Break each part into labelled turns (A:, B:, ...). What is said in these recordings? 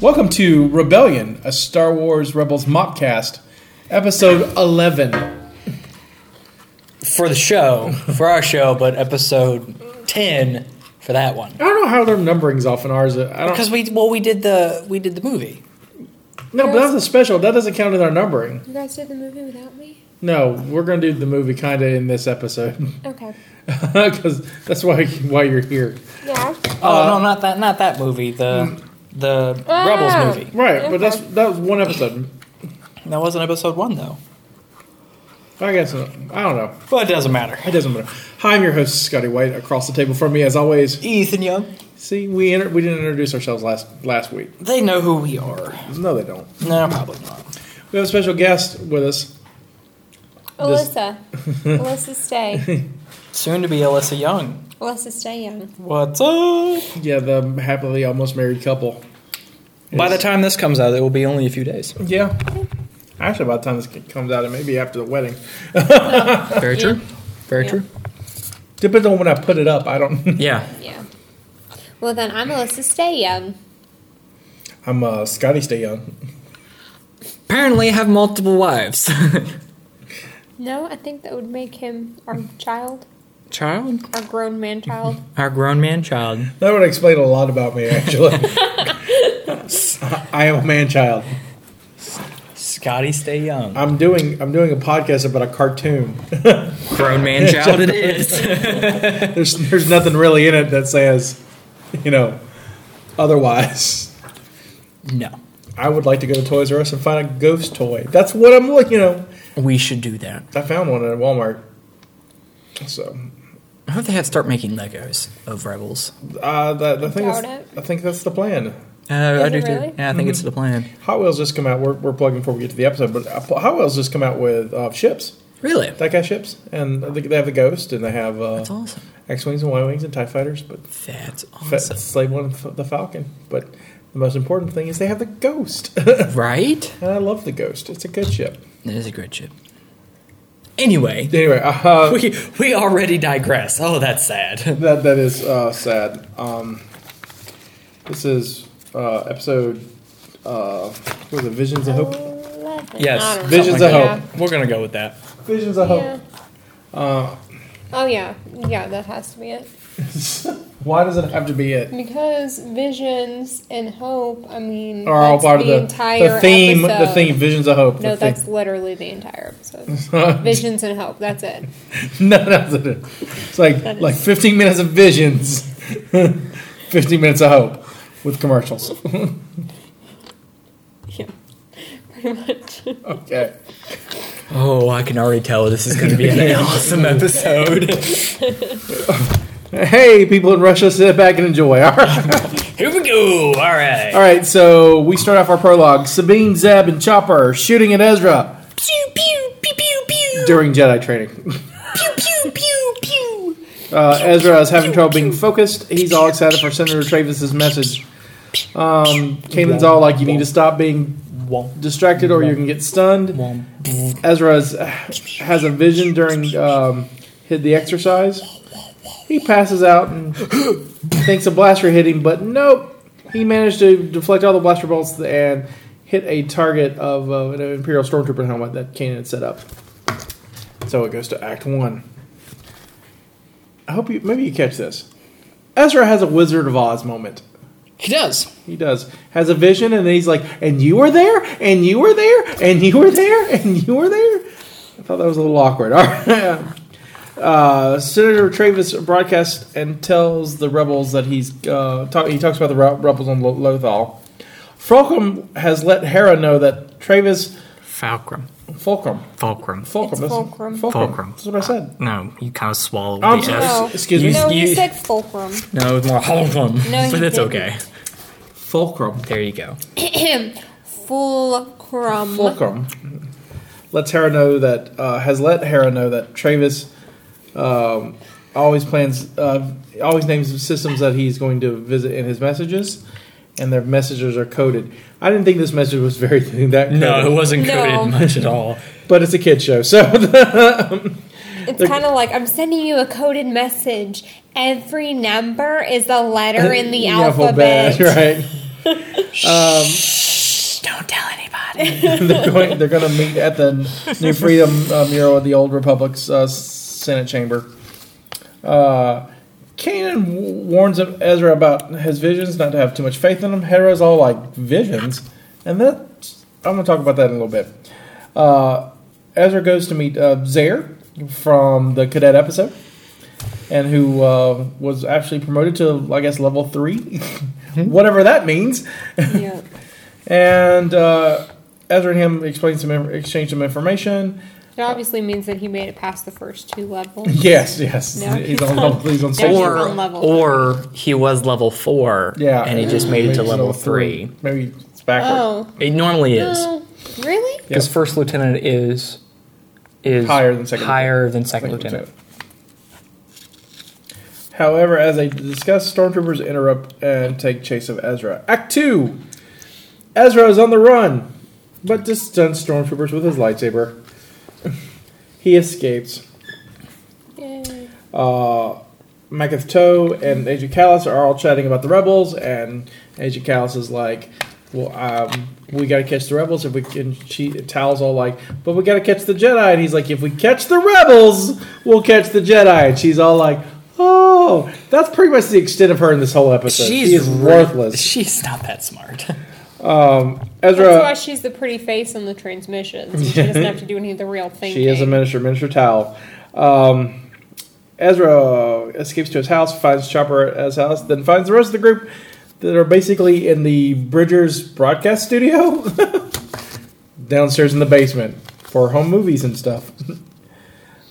A: Welcome to Rebellion, a Star Wars Rebels mopcast, episode 11.
B: for the show, for our show, but episode ten for that one
A: I don't know how their numbering's off in ours. uh, I don't
B: because we well we did the we did the movie.
A: No, but that's a special. That doesn't count in our numbering.
C: You guys did the movie without me?
A: No, we're going to do the movie kind of in this episode
C: Okay.
A: because that's why why you're here.
C: Yeah.
B: oh no, not that not that movie. The the
C: Ah.
B: Rebels movie.
A: Right, but that's that was one episode.
B: That wasn't episode one though.
A: I guess uh, I don't know.
B: But it doesn't matter.
A: It doesn't matter. Hi, I'm your host Scotty White. Across the table from me, as always.
B: Ethan Young.
A: See, we inter- we didn't introduce ourselves last last week.
B: They know who we are.
A: No, they don't.
B: No, probably not.
A: We have a special guest with us.
C: Alyssa. Alyssa Stay.
B: Soon to be Alyssa Young.
C: Alyssa Stay Young.
B: What's up?
A: Yeah, the happily almost married couple.
B: By the
A: Yes.
B: time this comes out, it will be only a few days.
A: Yeah. Actually, by the time this comes out, it may be after the wedding.
B: Very true. Very
C: Yeah.
B: true.
A: Depends on when I put it up. I don't.
B: Yeah.
C: Yeah. Well, then I'm Alyssa Stay Young.
A: I'm uh, Scotty. Stay young.
B: Apparently, have multiple wives.
C: No, I think that would make him our child,
B: child,
C: our grown man child.
B: our grown man child.
A: That would explain a lot about me, actually. I am a man child.
B: Scotty, stay young.
A: I'm doing I'm doing a podcast about a cartoon.
B: Grown man child it is.
A: There's there's nothing really in it that says, you know, otherwise.
B: no.
A: I would like to go to Toys R Us and find a ghost toy. That's what I'm looking. You know,
B: We should do that.
A: I found one at Walmart. So
B: I hope they have start making Legos of Rebels.
A: Uh, that, I think
C: Doubt
A: that's, I think that's the plan.
B: Uh, I
C: it
B: do
C: really?
B: too. Yeah, I think it's the plan.
A: Hot Wheels just come out. We're, we're plugging before we get to the episode, but uh, Hot Wheels just come out with uh, ships.
B: Really?
A: That guy ships, and they they have the Ghost, and they have uh,
B: That's awesome.
A: X wings and Y wings and Tie fighters, but
B: That's
A: fa-
B: awesome.
A: Slave One and F- the Falcon. But the most important thing is they have the Ghost,
B: Right?
A: and I love the Ghost. It's a good ship.
B: That is a great ship. Anyway,
A: Anyway, uh,
B: we we already digress. Oh, that's sad.
A: that that is uh, sad. Um, this is uh, episode. Uh, what was it? Visions of
C: Oh.
A: Hope.
C: Eleven. I
B: Yes.
C: don't know.
A: Visions
B: something
A: of
B: like
A: hope.
B: that. We're gonna go with that.
A: Visions of
C: Yeah.
A: Hope. Uh,
C: Oh, yeah. Yeah, that has to be it.
A: Why does it have to be it?
C: Because visions and hope, I mean,
A: Are all
C: that's
A: part of
C: the,
A: the,
C: entire
A: the theme. The
C: episode.
A: theme, visions of hope.
C: No,
A: the theme.
C: that's literally the entire episode. Visions and hope. That's it.
A: no, that's it. It's like
C: That is-
A: like 15 minutes of visions, 15 minutes of hope with commercials.
C: Yeah, pretty much.
A: okay,
B: Oh, I can already tell this is gonna be an awesome episode.
A: hey, people in Russia, sit back and enjoy. All right,
B: Here we go. All right.
A: all right. So we start off our prologue. Sabine, Zeb, and Chopper shooting at Ezra
B: Pew pew pew pew pew
A: during Jedi training.
B: pew pew pew pew.
A: Uh, Ezra is having trouble being focused. He's all excited for Senator Travis's message. Um, Kanan's all like, "You need to stop being distracted, or you can get stunned." Ezra is, has a vision during um, hit the exercise. He passes out and thinks a blaster hit him, but nope. He managed to deflect all the blaster bolts and hit a target of uh, an Imperial Stormtrooper helmet that Kanan had set up. So it goes to Act One. I hope you maybe you catch this. Ezra has a Wizard of Oz moment.
B: He does.
A: He does. Has a vision, and then he's like, "And you were there, and you were there, and you were there, and you were there." I thought that was a little awkward. All right. Uh, Senator Travis broadcasts and tells the rebels that he's uh, talk, he talks about the re- rebels on Lo- Lothal. Fulcrum has let Hera know that Travis
D: Falcrum.
A: Fulcrum
D: Fulcrum.
A: Fulcrum
C: It's
A: that's-
C: Fulcrum.
D: Fulcrum.
A: That's what I said.
D: No, you kind of swallowed
A: I'm
D: the
A: sorry.
D: S.
C: No.
A: Excuse me.
C: No,
B: You-
C: you said fulcrum.
B: No, it's more Holcomb.
C: No, he
D: but it's
C: didn't.
D: okay.
A: Fulcrum.
B: There you go.
C: Full Fulcrum.
A: Fulcrum lets Hera know that uh, has let Hera know that Travis um, always plans, uh, always names systems that he's going to visit in his messages, and their messages are coded. I didn't think this message was very that
E: No,
A: coded,
E: it wasn't coded
C: No.
E: much at all.
A: but it's a kid show, so
C: It's kind of like I'm sending you a coded message. Every number is a
A: Uh,
C: letter in the alphabet.
A: right?
B: Don't tell anybody.
A: they're going. They're going to meet at the New Freedom uh, Mural of the Old Republic's uh, Senate chamber. Uh, Kanan w- warns Ezra about his visions, not to have too much faith in them. Hera's all like visions, and that I'm going to talk about that in a little bit. Uh, Ezra goes to meet uh, Zaire from the cadet episode, and who uh, was actually promoted to, I guess, level three, whatever that means.
C: Yeah.
A: And uh, Ezra and him explain some exchange some information.
C: It obviously means that he made it past the first two levels.
A: Yes, yes.
C: No,
A: he's
C: he's
A: on
C: on-
A: level. He's on
C: There's
A: stage.
C: your
D: Or
C: own level.
D: or he was level four.
A: Yeah,
D: And he just made it
A: maybe
D: to
A: he's
D: level three.
A: Maybe it's backward.
C: Oh.
D: It normally is
C: Oh, really?
D: because first lieutenant is is
A: Higher than second
D: higher than second
A: Second
D: lieutenant.
A: lieutenant. However, as they discuss, stormtroopers interrupt and take chase of Ezra. Act two. Ezra is on the run, but just stuns stormtroopers with his lightsaber. he escapes.
C: Yay.
A: uh, Meketh Toe and Agent Callus are all chatting about the rebels, and Agent Callus is like, "Well, um, we got to catch the rebels if we can." She Tal's all like, "But we got to catch the Jedi," and he's like, "If we catch the rebels, we'll catch the Jedi." And she's all like, "Oh, that's pretty much the extent of her in this whole episode. she is
B: ri-
A: worthless."
B: She's not that smart.
A: Um,
C: That's why
A: Ezra,
C: she's the pretty face on the transmissions. She doesn't have to do any of the real thinking.
A: she is a minister, Minister Tal. Um, Ezra escapes to his house, finds Chopper at his house, then finds the rest of the group that are basically in the Bridgers broadcast studio downstairs in the basement for home movies and stuff.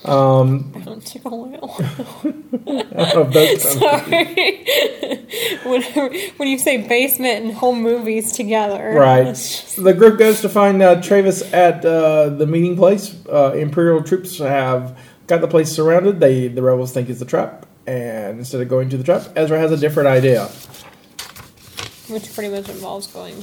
A: Um,
C: Don't you know?
A: I don't know if those-
C: Sorry. Whenever, when you say basement and home movies together.
A: right. The group goes to find uh, Travis at uh, the meeting place. Uh, Imperial troops have got the place surrounded. They the rebels think it's a trap, and instead of going to the trap, Ezra has a different idea.
C: Which pretty much involves going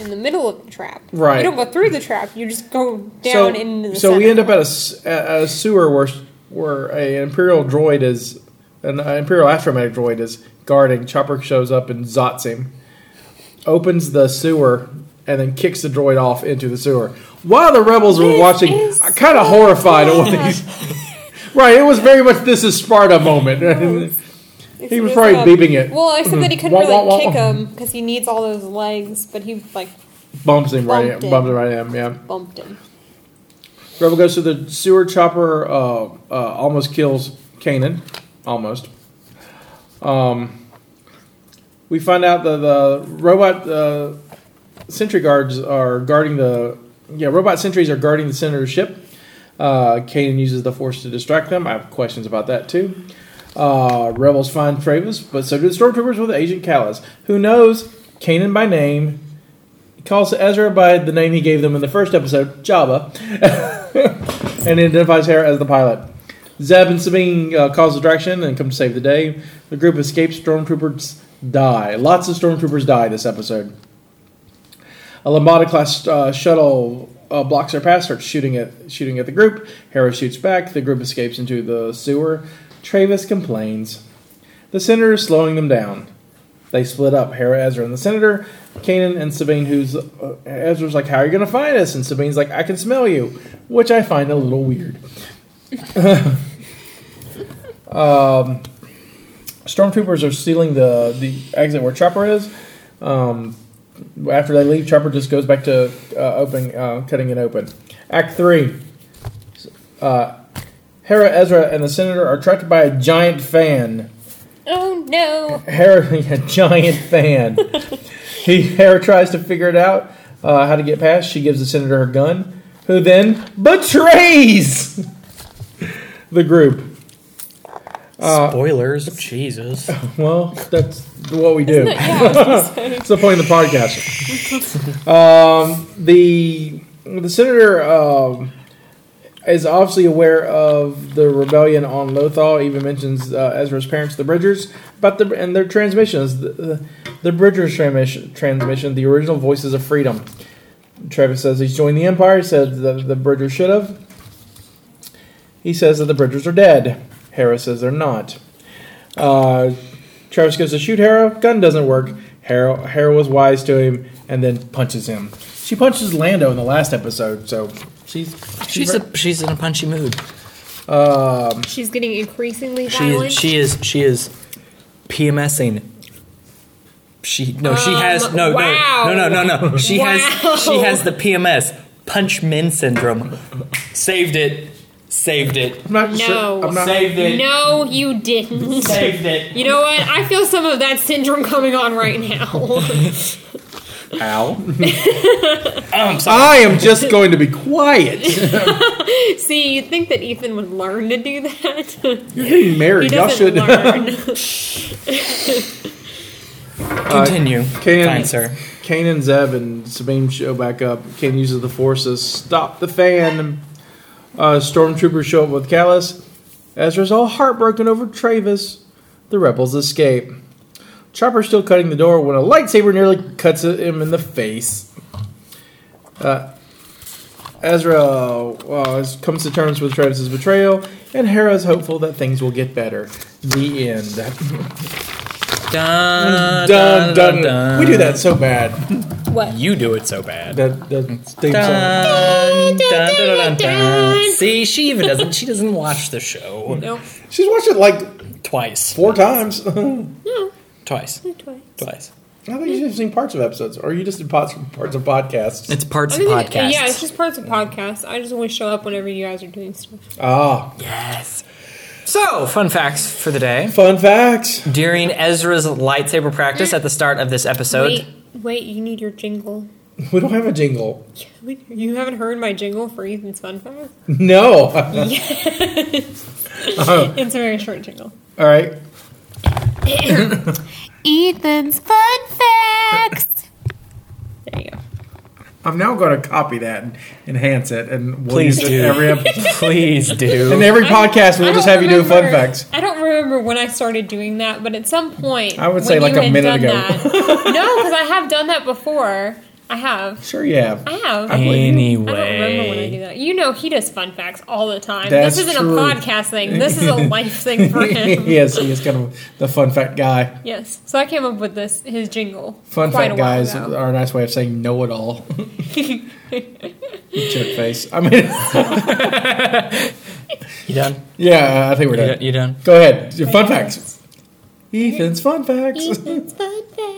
C: in the middle of the trap.
A: Right.
C: You don't go through the trap, you just go
A: so,
C: down into the
A: so we
C: center.
A: end up at a, s- at a sewer where where a imperial droid is an imperial astromech droid is guarding chopper shows up and zots him opens the sewer and then kicks the droid off into the sewer while the rebels were
C: This
A: watching
C: is
A: kind of horrified at what these right it was very much this is sparta moment
C: It's-
A: he was
C: it's
A: probably
C: like a-
A: beeping it
C: Well, except that he couldn't
A: Wah,
C: really
A: wah, wah,
C: kick
A: wah.
C: him because he needs all those legs, but he like
A: bumps him right
C: Bumped him.
A: bumps him right in yeah
C: bumped him.
A: Rebel goes to the sewer chopper, uh, uh, almost kills Kanan. Almost. Um, we find out that the robot uh, sentry guards are guarding the. Yeah, robot sentries are guarding the senator's ship. Uh, Kanan uses the force to distract them. I have questions about that too. Uh, rebels find Travis, but so do the stormtroopers with Agent Callus, who knows Kanan by name. Calls Ezra by the name he gave them in the first episode, Jabba and identifies Hera as the pilot. Zeb and Sabine uh, cause distraction and come to save the day. The group escapes. Stormtroopers die. Lots of stormtroopers die this episode. A Lambada class uh, shuttle uh, blocks their path, starts shooting at shooting at the group. Hera shoots back. The group escapes into the sewer. Travis complains. The senator is slowing them down. They split up. Hera, Ezra, and the senator. Kanan and Sabine, who's uh, Ezra's like, "How are you going to find us?" And Sabine's like, "I can smell you," which I find a little weird. um, stormtroopers are sealing the the exit where Chopper is. Um, after they leave, Chopper just goes back to uh, open, uh, cutting it open. Act three. Uh, Hera, Ezra, and the senator are trapped by a giant fan.
C: Oh no!
A: Harry, a giant fan. he Hera tries to figure it out uh, how to get past. She gives the senator her gun, who then betrays the group.
B: Spoilers. Jesus.
A: Well, that's what we do. It's the point of the podcast. um, the the senator um, is obviously aware of the rebellion on Lothal. Even mentions uh, Ezra's parents, the Bridgers, about the and their transmissions. The, the, the Bridgers transmission, transmission, the original voices of freedom. Travis says he's joined the Empire. Says the the Bridgers should have. He says that the Bridgers are dead. Hera says they're not. Uh, Travis goes to shoot Hera. Gun doesn't work. Hera, Hera was wise to him and then punches him. She punches Lando in the last episode, so she's
B: She's a, she's in a punchy mood.
A: um,
C: She's getting increasingly
B: She
C: violent.
B: is, she is she is PMSing. She no she has no
C: Um, wow.
B: no no no no no she
C: Wow.
B: has she has the PMS punch men syndrome. Saved it, saved it,
A: I'm not
C: No.
A: sure. I'm not,
B: saved it,
C: no, you didn't.
B: saved it.
C: You know what? I feel some of that syndrome coming on right now.
B: Ow!
A: I am just going to be quiet.
C: See, you'd think that Ethan would learn to do that.
A: You're getting
C: he
A: married. Y'all
C: doesn't
A: should.
C: learn.
B: Continue,
A: Kanan-
B: fine sir.
A: Kanan, Zev, and Sabine show back up. Kanan uses the force to stop the fan. Uh, stormtroopers show up with Callus. Ezra's all heartbroken over Travis. The rebels escape. Chopper's still cutting the door when a lightsaber nearly cuts him in the face. Uh, Ezra uh, is- comes to terms with Travis's betrayal, and Hera's hopeful that things will get better. The end.
B: Dun,
A: dun, dun, dun. We do that so bad.
C: what?
B: You do it so bad.
A: That that theme song.
B: Dun, dun, dun, dun, dun, dun.
C: dun.
B: See, she even doesn't she doesn't watch the show
C: No.
A: She's watched it like
B: twice,
A: four times. I think
C: No.
B: twice,
C: Twice.
B: twice.
A: she's seen parts of episodes, or you just did parts parts of podcasts.
B: It's parts
C: I
B: of
C: mean,
B: podcasts.
C: Yeah, it's just parts of podcasts. I just want to show up whenever you guys are doing stuff.
A: Ah,
B: Yes. So, fun facts for the day.
A: fun facts.
B: During Ezra's lightsaber practice at the start of this episode,
C: Wait, wait, you need your jingle.
A: We don't have a jingle.
C: You haven't heard my jingle for Ethan's fun fact?
A: No. Uh-huh.
C: It's a very short jingle.
A: All right.
F: Ethan's fun facts.
C: There you go.
A: I'm now going to copy that and enhance it, and we'll
B: Please
A: use it
B: do.
A: every episode.
B: please
A: In
B: do.
A: every podcast,
C: I
A: we'll just
C: don't
A: have you do fun
C: remember-
A: facts.
C: I don't remember when I started doing that, but at some point,
A: I would
C: when
A: say like
C: you
A: a
C: had
A: minute
C: done
A: ago.
C: that- no, because I have done that before. I have.
A: Sure, you have.
C: I have. I don't remember when I do
B: Anyway,
C: that. You know, he does fun facts all the time.
A: That's
C: this isn't
A: true.
C: a podcast thing. This is a life thing for him.
A: yes, he is kind of the fun fact guy.
C: Yes. So I came up with this his jingle.
A: Fun
C: quite
A: fact
C: a while
A: guys Uh,
C: ago.
A: are a nice way of saying know it all. Joke face. I mean,
B: you done?
A: yeah, I think we're
B: You
A: done.
B: done? You done?
A: Go ahead. Your fun facts. Ethan's fun facts.
C: Ethan's fun facts.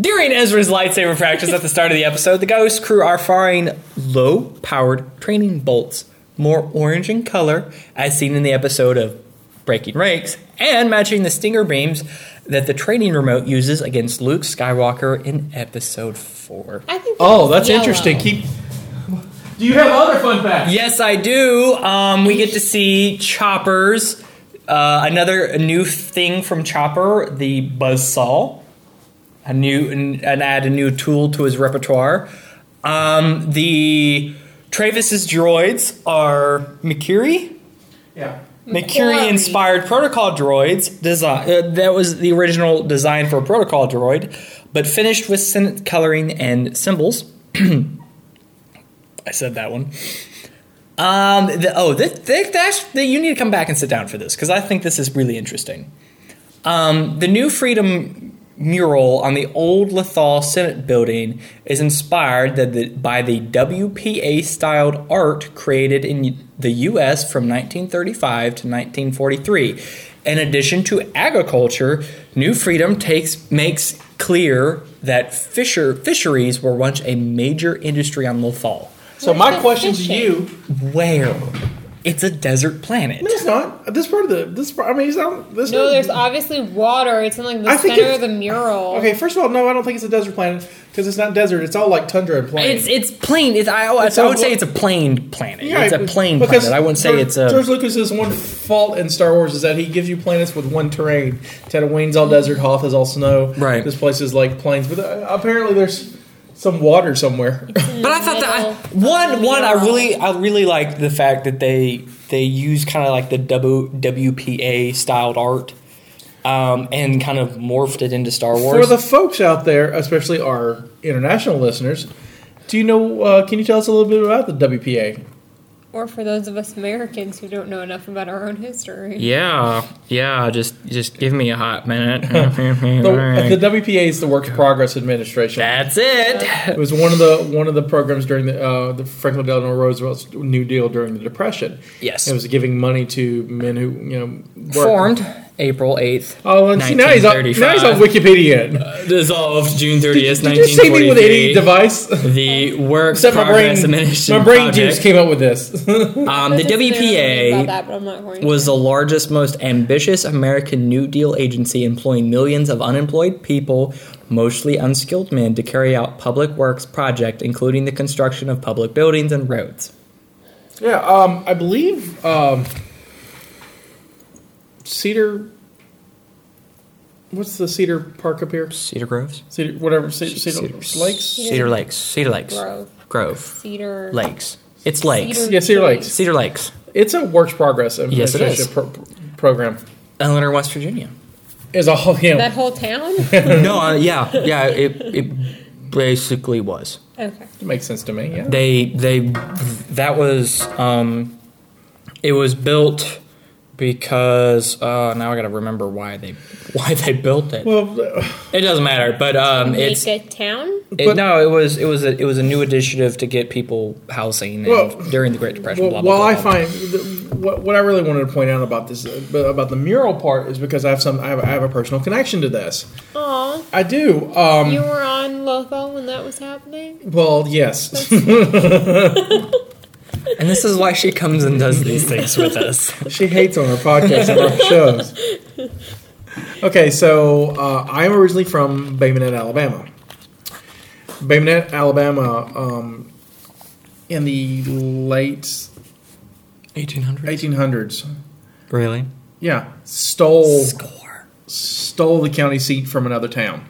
B: During Ezra's lightsaber practice at the start of the episode, the Ghost crew are firing low-powered training bolts, more orange in color, as seen in the episode of Breaking Ranks, and matching the stinger beams that the training remote uses against Luke Skywalker in Episode Four.
C: I think
A: Oh, that's
C: yellow.
A: interesting. Keep. Do you have other fun facts?
B: Yes, I do. Um, we get to see Chopper's uh, another new thing from Chopper, the buzzsaw. A new and add a new tool to his repertoire. Um, the Travis's droids are Mercury.
A: Yeah.
B: Mercury inspired protocol droids design uh, that was the original design for a protocol droid, but finished with Senate coloring and symbols. I said that one. Um, the, oh, that, that, that's- that- you need to come back and sit down for this because I think this is really interesting. Um, the new Freedom mural on the old Lethal Senate building is inspired that the, by the WPA styled art created in the U.S. from 1935 to 1943. In addition to agriculture, New Freedom takes makes clear that fisher fisheries were once a major industry on Lethal.
A: So my
C: the
A: question to
C: fishing?
A: you:
B: Where? It's a desert planet.
A: No, it's not. This part of the this part. I mean, it's not. This
C: No,
A: not-
C: there's obviously water. It's in like the
A: I think
C: center
A: it's-
C: of the mural.
A: Okay, first of all, no, I don't think it's a desert planet because it's not desert. It's all like tundra and plain.
B: It's it's plain. It's, I, I
A: It's
B: would
A: a-
B: say it's a plain planet.
A: Yeah,
B: it's a
A: because-
B: plain
A: because
B: planet. I wouldn't say
A: George-
B: it's a.
A: George Lucas's one fault in Star Wars is that he gives you planets with one terrain. Tatooine's all desert, Hoth is all snow.
B: Right.
A: This place is like plains, but uh, apparently there's some water somewhere.
B: But I thought that I,
C: middle
B: one one I
C: mural.
B: really I really like the fact that they they use kind of like the w, WPA styled art, um, and kind of morphed it into Star
A: For
B: Wars.
A: the folks out there, especially our international listeners, do you know? Uh, can you tell us a little bit about the WPA?
C: Or for those of us Americans who don't know enough about our own history.
D: Yeah, yeah. Just just give me a hot minute.
A: The, the WPA is the Work Progress Administration.
D: That's it.
A: It was one of the one of the programs during the uh, the Franklin Delano Roosevelt's New Deal during the Depression.
B: Yes.
A: it was giving money to men who you know worked.
D: Formed April eighth.
A: Oh, and see, now he's on, now he's on
D: 1935.
A: Wikipedia.
D: Dissolved June thirtieth,
A: Did you
D: nineteen
A: see me with
D: forty-three.
A: any device?
D: The work
A: Except my brain,
D: progress Administration
A: my brain
D: Project.
A: juice came up with this.
D: Um, the
C: Doesn't say anything
D: WPA
C: about that, but I'm not going to.
D: was the largest, most ambitious American New Deal agency, employing millions of unemployed people, mostly unskilled men, to carry out public works project, including the construction of public buildings and roads.
A: yeah, um, I believe um, Cedar. What's the Cedar Park up here?
D: Cedar Groves,
A: Cedar, whatever Cedar, Cedar, Lakes.
D: Cedar Lakes, Cedar Lakes,
C: Grove.
D: Grove,
C: Cedar.
D: Lakes. It's lakes.
C: Cedar-
A: Yeah, Cedar Lakes.
D: Cedar Lakes,
A: It's a Works Progress
D: Yes, it
A: Administration
D: is.
A: pro- program.
D: Eleanor, West Virginia.
A: Is all him.
C: That whole town?
D: no, uh, yeah, yeah. It it basically was.
C: okay.
A: makes sense to me. Yeah.
D: they they that was um it was built because uh now i gotta remember why they why they built it
A: Well, uh,
D: it doesn't matter but um it's
C: Make a town?
D: it-
A: but-
D: no it was it was a, it was a new initiative to get people housing and
A: Well,
D: during the great depression
A: well,
D: blah, blah,
A: while
D: blah,
A: I
D: blah.
A: find the, what, what I really wanted to point out about this uh, about the mural part is because I have some I have, I have a personal connection to this.
C: Aw.
A: I do. Um,
C: You were on Lotho when that was happening?
A: well, yes,
D: and this is why she comes and does these things with us
A: she hates on our podcast and our shows. Okay, so uh, I'm originally from Baymanette, Alabama. Baymanette, Alabama, um, in the late
D: 1800
A: 1800s.
D: really
A: Yeah, stole
D: score
A: stole the county seat from another town.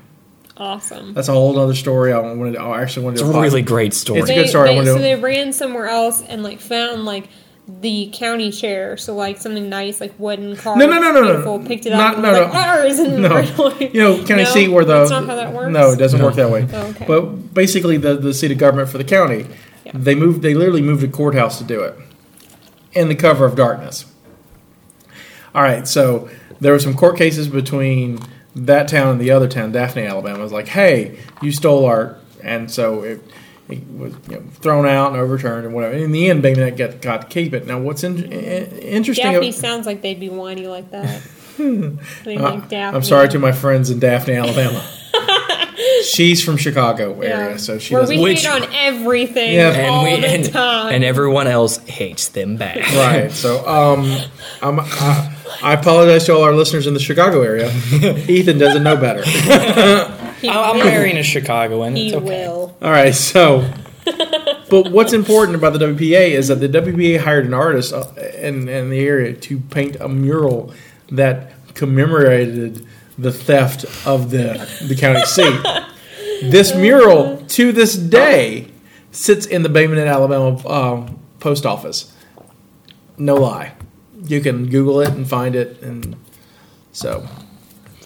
C: Awesome.
A: That's a whole other story. I wanted. To, I actually wanted
D: it's
A: to.
D: a really great story
A: It's a good story, I
C: They,
A: wanna
C: so
A: do-
C: they ran somewhere else and like found like the county chair, so like something nice, like wooden car.
A: No, no, no, no, no.
C: beautiful, Picked it
A: Not-
C: up. and
A: no,
C: was like,
A: no.
C: Ours and
A: No,
C: we're like,
A: you know, county
C: no,
A: seat where the
C: That's not how that works.
A: no, it doesn't work that way.
C: Oh, okay.
A: But basically, the the seat of government for the county,
C: Yeah.
A: they moved. They literally moved a courthouse to do it, in the cover of darkness. All right, so there were some court cases between that town and the other town, Daphne, Alabama. It was like, hey, you stole our, and so it, it was you know, thrown out and overturned and whatever. In the end, Baymanette got got to keep it. Now, what's in, in- interesting?
C: Daphne sounds like they'd be whiny like that. They
A: Uh,
C: like Daphne.
A: I'm sorry to my friends in Daphne, Alabama. She's from Chicago area, so she
C: Where
A: doesn't.
C: we
D: Which-
C: hate on everything
A: Yeah.
D: and
C: all
D: we
C: the
D: and,
C: time.
D: and everyone else hates them back
A: right. So, um, I'm, I, I apologize to all our listeners in the Chicago area. Ethan doesn't know better.
C: he
B: I'm
C: will.
B: marrying a Chicagoan.
C: He
B: It's okay.
C: will.
A: All right, so. But what's important about the WPA is that the WPA hired an artist uh, in, in the area to paint a mural that commemorated the theft of the, the county seat. This mural, to this day, sits in the Bayman, Alabama um, post office. No lie. You can Google it and find it. And so,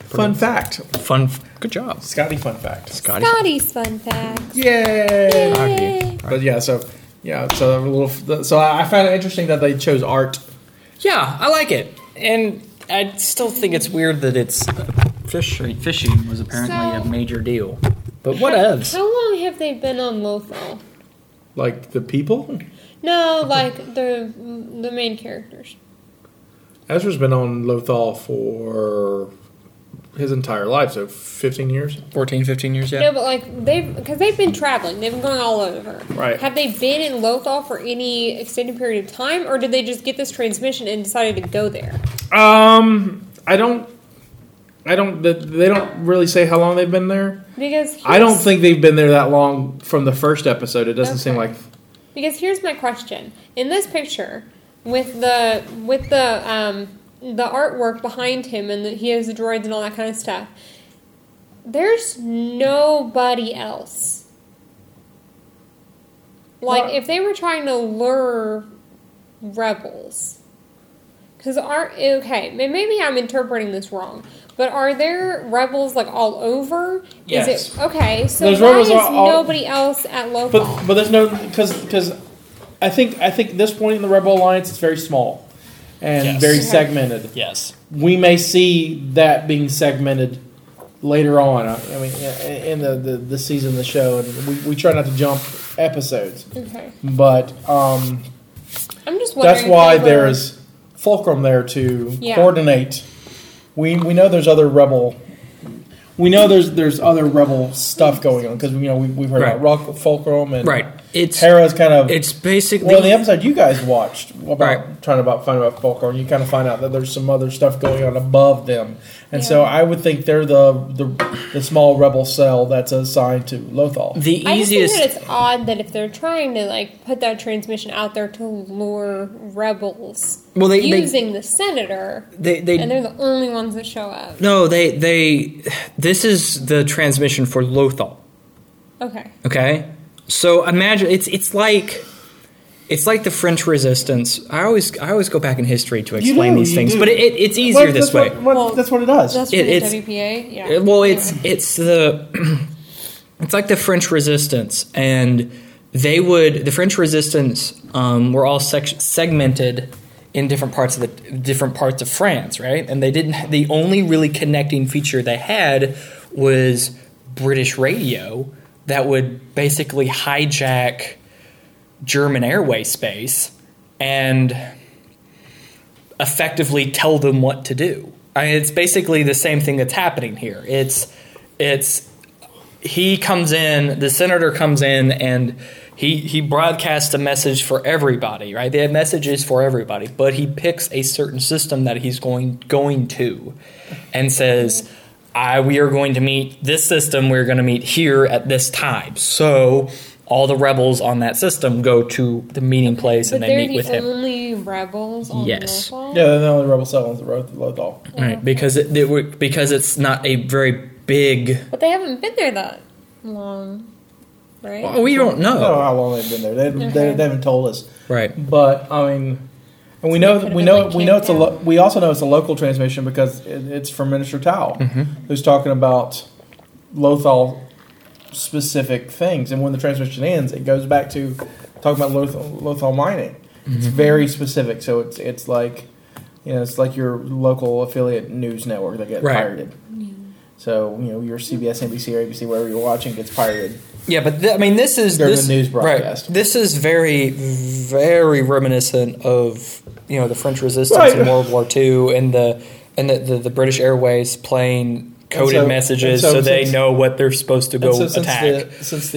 A: fun fact.
D: fun good job
A: Scotty, fun fact.
D: scotty
C: Scotty's fun fact.
A: Yay!
D: Hockey.
A: But yeah, so yeah, so a little. So I I found it interesting that they chose art.
B: Yeah, I like it, and I still think it's weird that it's
D: Fishery, fishing was apparently
C: So-
D: a major deal. But what else?
C: How long have they been on Lotho?
A: Like the people,
C: No, like the the main characters.
A: Ezra's been on Lothal for his entire life, so 15 years.
G: 14, 15 years, yeah.
C: No, but like they've because they've been traveling, they've been going all over.
A: Right.
C: Have they been in Lothal for any extended period of time, or did they just get this transmission and decided to go there?
A: Um, I don't, I don't. th- They don't really say how long they've been there.
C: Because
A: I don't
C: here's-
A: think they've been there that long from the first episode. It doesn't seem
C: Okay.
A: like
C: Because here's my question: in this picture, with the with the um, the artwork behind him, and the, he has the droids and all that kind of stuff, there's nobody else. Like,
A: Well-
C: if they were trying to lure rebels, because are okay, may- maybe I'm interpreting this wrong. But are there rebels like all over?
G: Yes.
C: Is it okay? So
A: There's
C: why
A: rebels
C: is
A: all- all-
C: nobody else at Lothal?
A: But but there's no because because I think I think at this point in the Rebel Alliance it's very small and
G: Yes.
A: very
C: Okay.
A: segmented.
G: Yes.
A: We may see that being segmented later on. I, I mean, i- in the, the the season of the show, and we, we try not to jump episodes,
C: okay.
A: but um,
C: I'm just wondering.
A: that's
C: if
A: why
C: they were-
A: there is Fulcrum there to
C: Yeah.
A: coordinate. We we know there's other Rebel. We know there's there's other rebel stuff going on because you know we, we've heard
B: Right.
A: about Rock, Fulcrum and
B: Right. It's
A: Hera's kind of
B: it's basically
A: well, in the episode you guys watched about
B: Right.
A: trying to about find about Falcor, you kind of find out that there's some other stuff going on above them, and so I would think they're the, the the small rebel cell that's assigned to Lothal.
B: the
C: I just think
B: easiest.
C: that it's odd that if they're trying to like put that transmission out there to lure rebels,
B: Well, they- they-
C: using the senator,
B: They, they
C: and they're the only ones that show up.
B: No, they they this is the transmission for Lothal,
C: Okay,
B: okay? So imagine it's it's like it's like the French resistance. I always I always go back in history to explain
A: do,
B: these
A: you
B: things,
A: do.
B: but it, it, it's easier
A: Well,
B: this
A: that's
B: way.
A: What, what-
C: Well,
A: that's what it does.
C: that's
B: It-
C: from the
B: it's-
C: WPA. Yeah.
B: It- well, it's
C: Anyway.
B: it's the it's like the French Resistance, and they would the French Resistance um, were all sec- segmented in different parts of the different parts of France, right? And they didn't. The only really connecting feature they had was British radio that would basically hijack German airway space and effectively tell them what to do. I mean, it's basically the same thing that's happening here. It's it's he comes in, the senator comes in, and he he broadcasts a message for everybody, right? The message is for everybody, but he picks a certain system that he's going going to, and says. I, we are going to meet this system. We're going to meet here at this time. So, all the rebels on that system go to the meeting place
C: but
B: and they
C: they're
B: meet
C: the
B: with him.
C: only rebels on
B: Yes.
C: Lothal?
A: yeah, they're the only rebel cell is the Roth- Lothal.
B: Right, because it, it, would- because it's not a very big.
C: but they haven't been there that long, right?
B: Well, we don't
A: I don't know
B: know.
A: how long they've been there. They, they,
C: Okay.
A: they haven't told us,
B: Right.
A: but I mean. And we know
C: could've
A: we
C: been,
A: know
C: like,
A: we know
C: camped
A: it's a lo- we also know it's a local transmission because it, it's from Minister Tao, who's talking about Lothal specific things. And when the transmission ends, it goes back to talking about Lothal, Lothal mining. It's very specific, so it's it's like you know it's like your local affiliate news network that gets
B: Right.
A: pirated. So you know your CBS, NBC, or ABC, wherever you're watching, gets pirated.
B: Yeah, but th- I mean, this is
A: During
B: this
A: the news
B: right,
A: broadcast.
B: this is very, very reminiscent of you know the French Resistance
A: Right.
B: in World War II and the and the, the, the British Airways playing coded
A: so-
B: messages
A: and
B: so,
A: so
B: they
A: since-
B: know what they're supposed to go
A: And so
B: attack.
A: Since the, since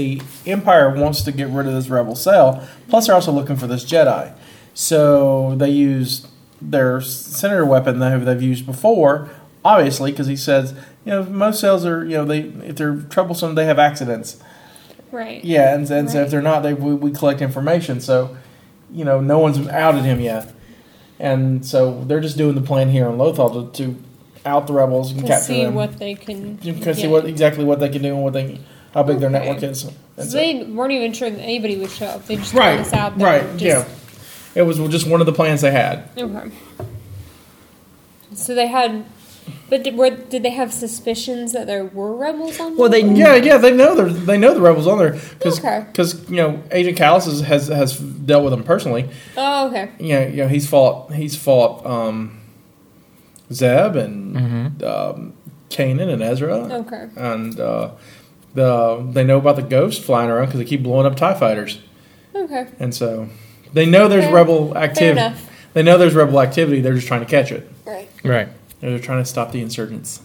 A: the Empire wants to get rid of this rebel cell, plus they're also looking for this Jedi, so they use their senator weapon that they've used before, obviously, because he says, you know, most cells are, you know, they if they're troublesome, they have accidents.
C: Right.
A: Yeah, and, and so if
C: Right.
A: they're not, they we, we collect information. So, you know, no one's outed him yet, and so they're just doing the plan here on Lothal to, to out the rebels and
C: To
A: capture
C: see
A: them.
C: what they can.
A: you can see
C: get.
A: what exactly what they can do and what they how big their
C: Okay.
A: network is. And
C: So
A: so-
C: they weren't even sure that anybody would show up. They just threw
A: right,
C: this out there.
A: right,
C: just-
A: yeah. It was just one of the plans they had.
C: Okay. So they had, but did, were, did they have suspicions that there were rebels on?
B: Well, they
C: board?
A: Yeah, yeah, they know they they know the rebels on there because
C: Okay.
A: you know Agent Callus has, has has dealt with them personally.
C: Oh, okay.
A: You know, you know he's fought he's fought um, Zeb and
B: Mm-hmm.
A: um, Kanan and Ezra.
C: Okay.
A: and uh, the they know about the ghosts flying around because they keep blowing up Tie fighters,
C: Okay.
A: and so they know there's
C: Fair-
A: rebel
C: Fair
A: activity.
C: enough.
A: They know there's rebel activity. They're just trying to catch it.
C: Right.
B: right.
A: They're trying to stop the insurgents.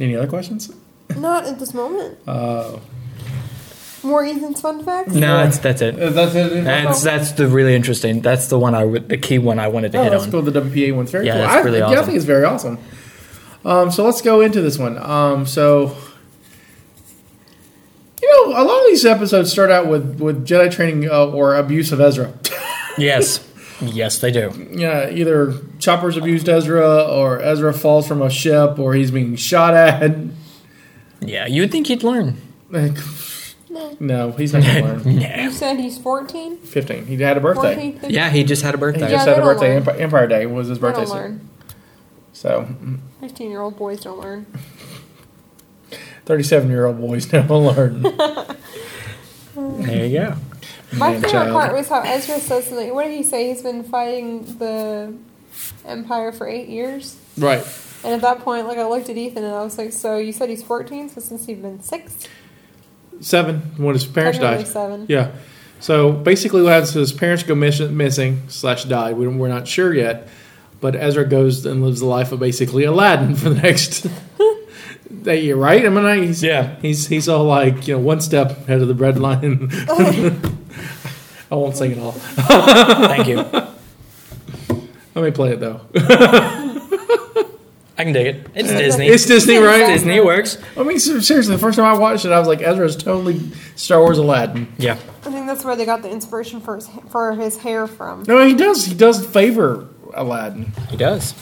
A: Any other questions?
E: Not at this moment.
A: Uh,
E: More Ethan's fun facts?
D: No, that's that's it.
A: Uh, that's it.
D: That's that's the really interesting. That's the one I would- the key one I wanted to
A: Oh,
D: hit
A: let's
D: on.
A: go with the WPA one's very
D: Yeah,
A: cool.
D: that's
A: I,
D: really
A: yeah, I
D: awesome.
A: think it's very awesome. Um, so let's go into this one. Um, so you know, a lot of these episodes start out with with Jedi training uh, or abuse of Ezra.
D: Yes, yes, they do.
A: yeah, either Chopper's abused Ezra, or Ezra falls from a ship, or he's being shot at.
D: Yeah, you'd think he'd learn.
A: Like, no, he's not gonna learn.
D: Yeah,
E: You said he's 14?
A: Fifteen. He had a birthday.
E: 14?
D: yeah, he just had a
A: He
D: birthday.
A: just
E: Yeah,
A: had a
E: they don't
A: birthday.
E: learn.
A: Empire, Empire Day was his
E: They
A: birthday.
E: don't
A: so-
E: learn.
A: So,
E: 15 year old boys don't learn.
A: thirty-seven-year-old boys never learn.
D: There you go.
E: My
A: Yeah,
E: favorite
A: child.
E: part was how Ezra says something. What did he say? He's been fighting the Empire for eight years.
A: right.
E: And at that point, like I looked at Ethan and I was like, "So you said he's 14? So since he's been six,
A: Seven when his parents
E: technically
A: died.
E: seven.
A: Yeah. So basically, what happens is his parents go miss- missing slash die. We don't, we're not sure yet, but Ezra goes and lives the life of basically Aladdin for the next that year, right? I mean, I- he's
B: Yeah.
A: he's he's all like you know one step ahead of the bread line.
E: Oh,
A: I won't sing it all.
B: Thank you.
A: Let me play it though.
B: I can dig it. It's Disney.
A: It's Disney, right?
B: Disney works.
A: I mean, ser- seriously, the first time I watched it, I was like, Ezra's totally Star Wars Aladdin.
D: Yeah,
E: I think that's where they got the inspiration for his, for his hair from.
A: No, he does. He does favor Aladdin.
D: he does.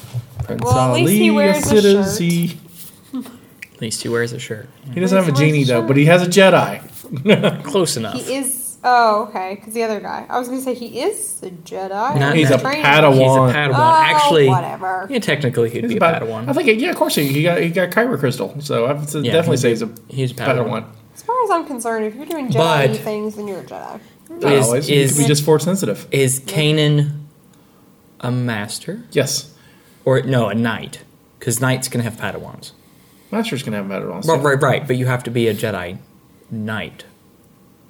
A: Prince
E: Well, at least he wears a
A: Assiduous,
E: shirt.
A: he-
D: At least he wears a shirt.
A: He doesn't have a
E: Where's the
A: genie though,
E: shirt?
A: but he has a Jedi.
D: Close enough.
E: He is. Oh, okay. Because the other guy, I was gonna say he is a Jedi.
D: Not
A: He's a
E: Trained.
A: Padawan.
D: He's a Padawan.
E: Oh,
D: Actually,
E: whatever.
D: yeah, technically he'd
A: He's
D: be
A: about-
D: a Padawan.
A: I think, yeah, of course he, he got he got Kyber crystal, so I would
D: Yeah,
A: definitely
D: he's
A: say he's a
D: he's a
A: Padawan.
D: Padawan.
E: As far as I'm concerned, if you're doing Jedi
D: But-
E: things, then you're a Jedi.
A: Not
D: Is-
A: always.
D: is-
A: he could be just force sensitive.
D: Is Kanan a master
A: Yes,
D: or no a knight? Because knights can have Padawans.
A: Master's gonna have Padawan.
D: Right, right, right. But you have to be a Jedi knight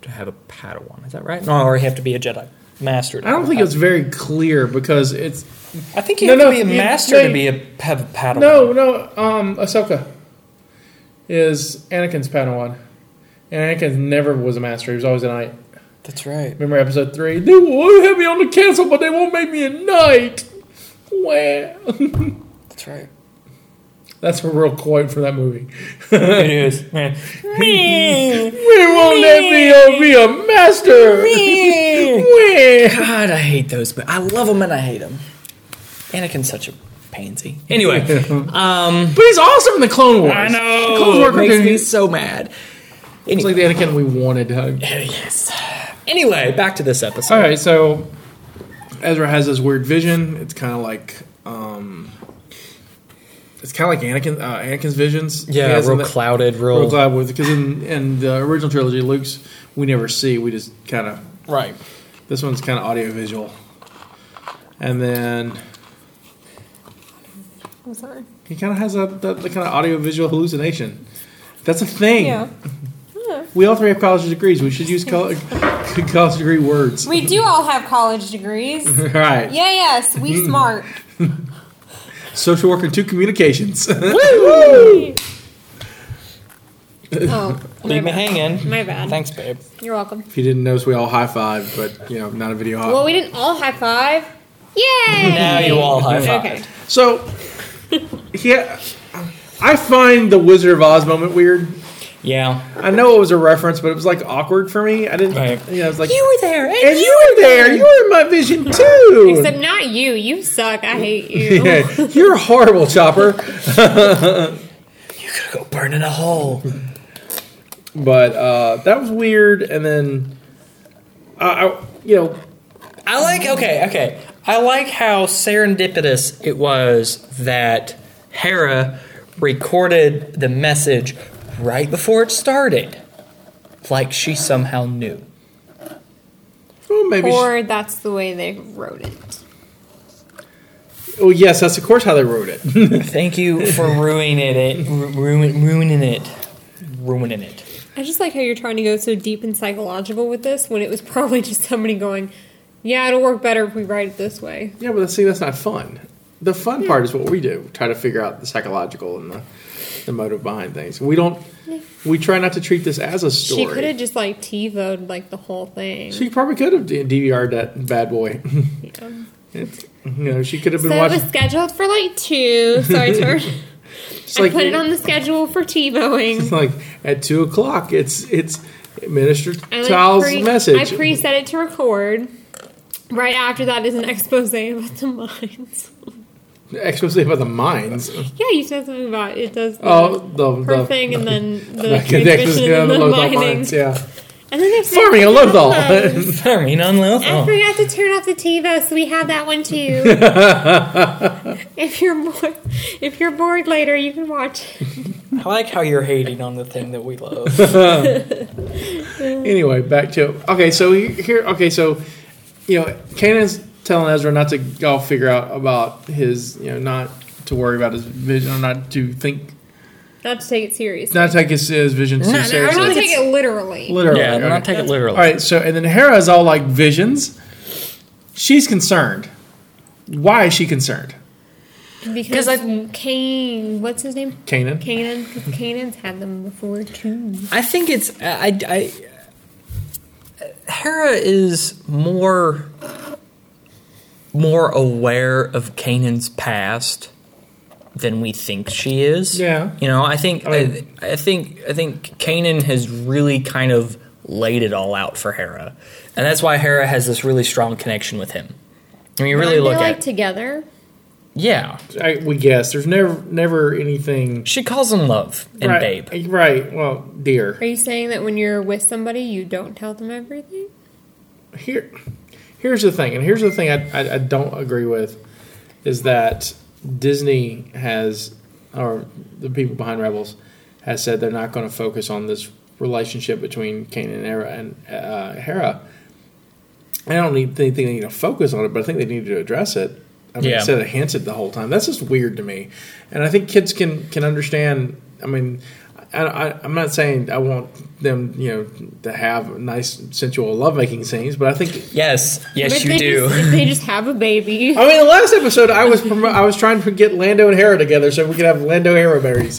D: to have a Padawan. Is that right?
B: No, or you have to be a Jedi master. to
A: I don't
B: have
A: think
B: a
A: it's very clear because it's
B: Padawan. I think you
A: No,
B: have
A: no,
B: to be a
A: you-
B: master
A: they-
B: to be a have a Padawan.
A: no, no. Um, Ahsoka is Anakin's Padawan, and Anakin never was a master. He was always a knight.
B: that's right.
A: Remember episode three? They will have me on the castle, but they won't make me a knight. Wah.
B: That's right.
A: That's a real quote for that movie.
B: It is. Man. Me.
A: We won't let me be a master. Wah.
B: God, I hate those. But I love them and I hate them. Anakin's such a pansy. Anyway,
A: But he's awesome in the Clone Wars.
B: I know.
A: Clone Wars
B: it makes
A: cartoon.
B: me so mad.
A: It's like the Anakin we wanted. huh?
B: Yes. Anyway, back to this episode.
A: All right, so Ezra has this weird vision. It's kind of like, um, it's kind of like Anakin, uh, Anakin's visions. He
D: Yeah,
A: has in
D: real
A: the-
D: clouded, real,
A: Real glad with because in, in the original trilogy, Luke's we never see. We just kind of
B: Right.
A: this one's kind of audio visual, and then
E: I'm sorry.
A: He kind of has a the, the kind of audiovisual hallucination. That's a thing.
E: Yeah.
A: We all three have college degrees. We should use col- college degree words.
E: We do all have college degrees. yeah,
A: all right.
E: yes,
A: Mm-hmm.
E: we smart.
A: Social work and two communications.
C: Oh,
B: Leave me hanging.
C: my bad.
B: Thanks, babe.
C: You're welcome.
A: if you didn't notice, we all high five, but you know, not a video high.
C: Well, we didn't all high five. Yay!
B: Now you all high five.
C: Okay.
A: so, yeah, I find the Wizard of Oz moment weird.
B: Yeah.
A: I know it was a reference, but it was like awkward for me. I didn't.
B: Right.
A: You know, I was like,
C: You were there, and,
A: and you were there. You were in my vision too.
C: Except not you. You suck. I hate you.
A: yeah, you're horrible, Chopper.
B: You gotta go burn in a hole.
A: But uh, that was weird. And then, I, I you know,
B: I like. Okay. Okay. I like how serendipitous it was that Hera recorded the message right before it started, like she somehow knew.
A: well, maybe. She,
C: Or that's the way they wrote it.
A: well, oh, yes, that's of course how they wrote it.
B: Thank you for ruining it. Ru- ruin, ruining it. Ruining it.
C: I just like how you're trying to go so deep and psychological with this when it was probably just somebody going, yeah, it'll work better if we write it this way.
A: yeah, but see, that's not fun. The fun part is what we do: try to figure out the psychological and the the motive behind things. We don't. We try not to treat this as a
C: She could
A: story.
C: have just like TiVoed like the whole thing.
A: She probably could have DVR'd that bad boy.
C: Yeah.
A: It's- you know, she could have
C: So
A: been
C: it was
A: watching.
C: scheduled for like two, so I turned.
A: It's
C: I
A: like,
C: put it on the schedule for
A: it's
C: TiVoing.
A: like at two o'clock. It's it's Minister
C: I, like,
A: Child's
C: pre-
A: message.
C: I preset it to record. Right after that is an expose about the mines.
A: Expose about the mines.
C: Yeah, you said something about it does the,
A: Oh, the
C: her
A: the
C: thing and then the
A: that connects us
C: transmission
A: to
C: and
A: the
C: the
A: Lothal
C: mining.
A: mines. Yeah,
C: And then there's
A: farming a
C: mines.
A: Lothal.
B: I mean, on
C: I
B: Lilthal.
C: forgot to turn off the TiVo, so we have that one too. if you're bored, if you're bored later, you can watch.
B: I like how you're hating on the thing that we love.
A: anyway, back to okay. So he- here, okay, so you know, Canaan's telling Ezra not to go figure out about his, you know, not to worry about his vision, or not to think,
C: Not to take it seriously.
A: not to take his, his vision too
B: No, no, I don't
C: I'm not
A: seriously.
B: think
C: take it literally.
A: Literally,
B: yeah,
A: okay.
B: not take it literally.
A: all right. So and then Hera's all like visions. She's concerned. Why is she concerned?
C: Because I've Cain, what's his name?
A: Canaan.
C: Canaan. Because Canaan's had them before too.
B: I think it's I, I, I Hera is more more aware of Canaan's past than we think she is.
A: Yeah.
B: You know, I think
A: I
B: I,
A: mean-
B: I think I think Kanan has really kind of laid it all out for Hera. And that's why Hera has this really strong connection with him. I mean, you really
C: Aren't
B: look
C: they like
B: at
C: together.
B: Yeah.
A: I, we guess there's never never anything.
B: She calls him love and
A: right,
B: babe.
A: Right. Well, dear.
C: Are you saying that when you're with somebody, you don't tell them everything?
A: here here's the thing and here's the thing I, I, I don't agree with is that disney has or the people behind rebels has said they're not going to focus on this relationship between Kanan and hera and uh, hera i don't need, think they need to focus on it but i think they need to address it I mean,
B: Yeah.
A: instead of hinted the whole time. That's just weird to me, and I think kids can can understand. I mean, I, I, I'm not saying I want them, you know, to have nice sensual lovemaking scenes, but I think.
B: Yes. Yes,
C: If
B: you
C: they
B: do.
C: Just, if they just have a baby.
A: I mean, the last episode I was promo- I was trying to get Lando and Hera together so we could have Lando Hera berries.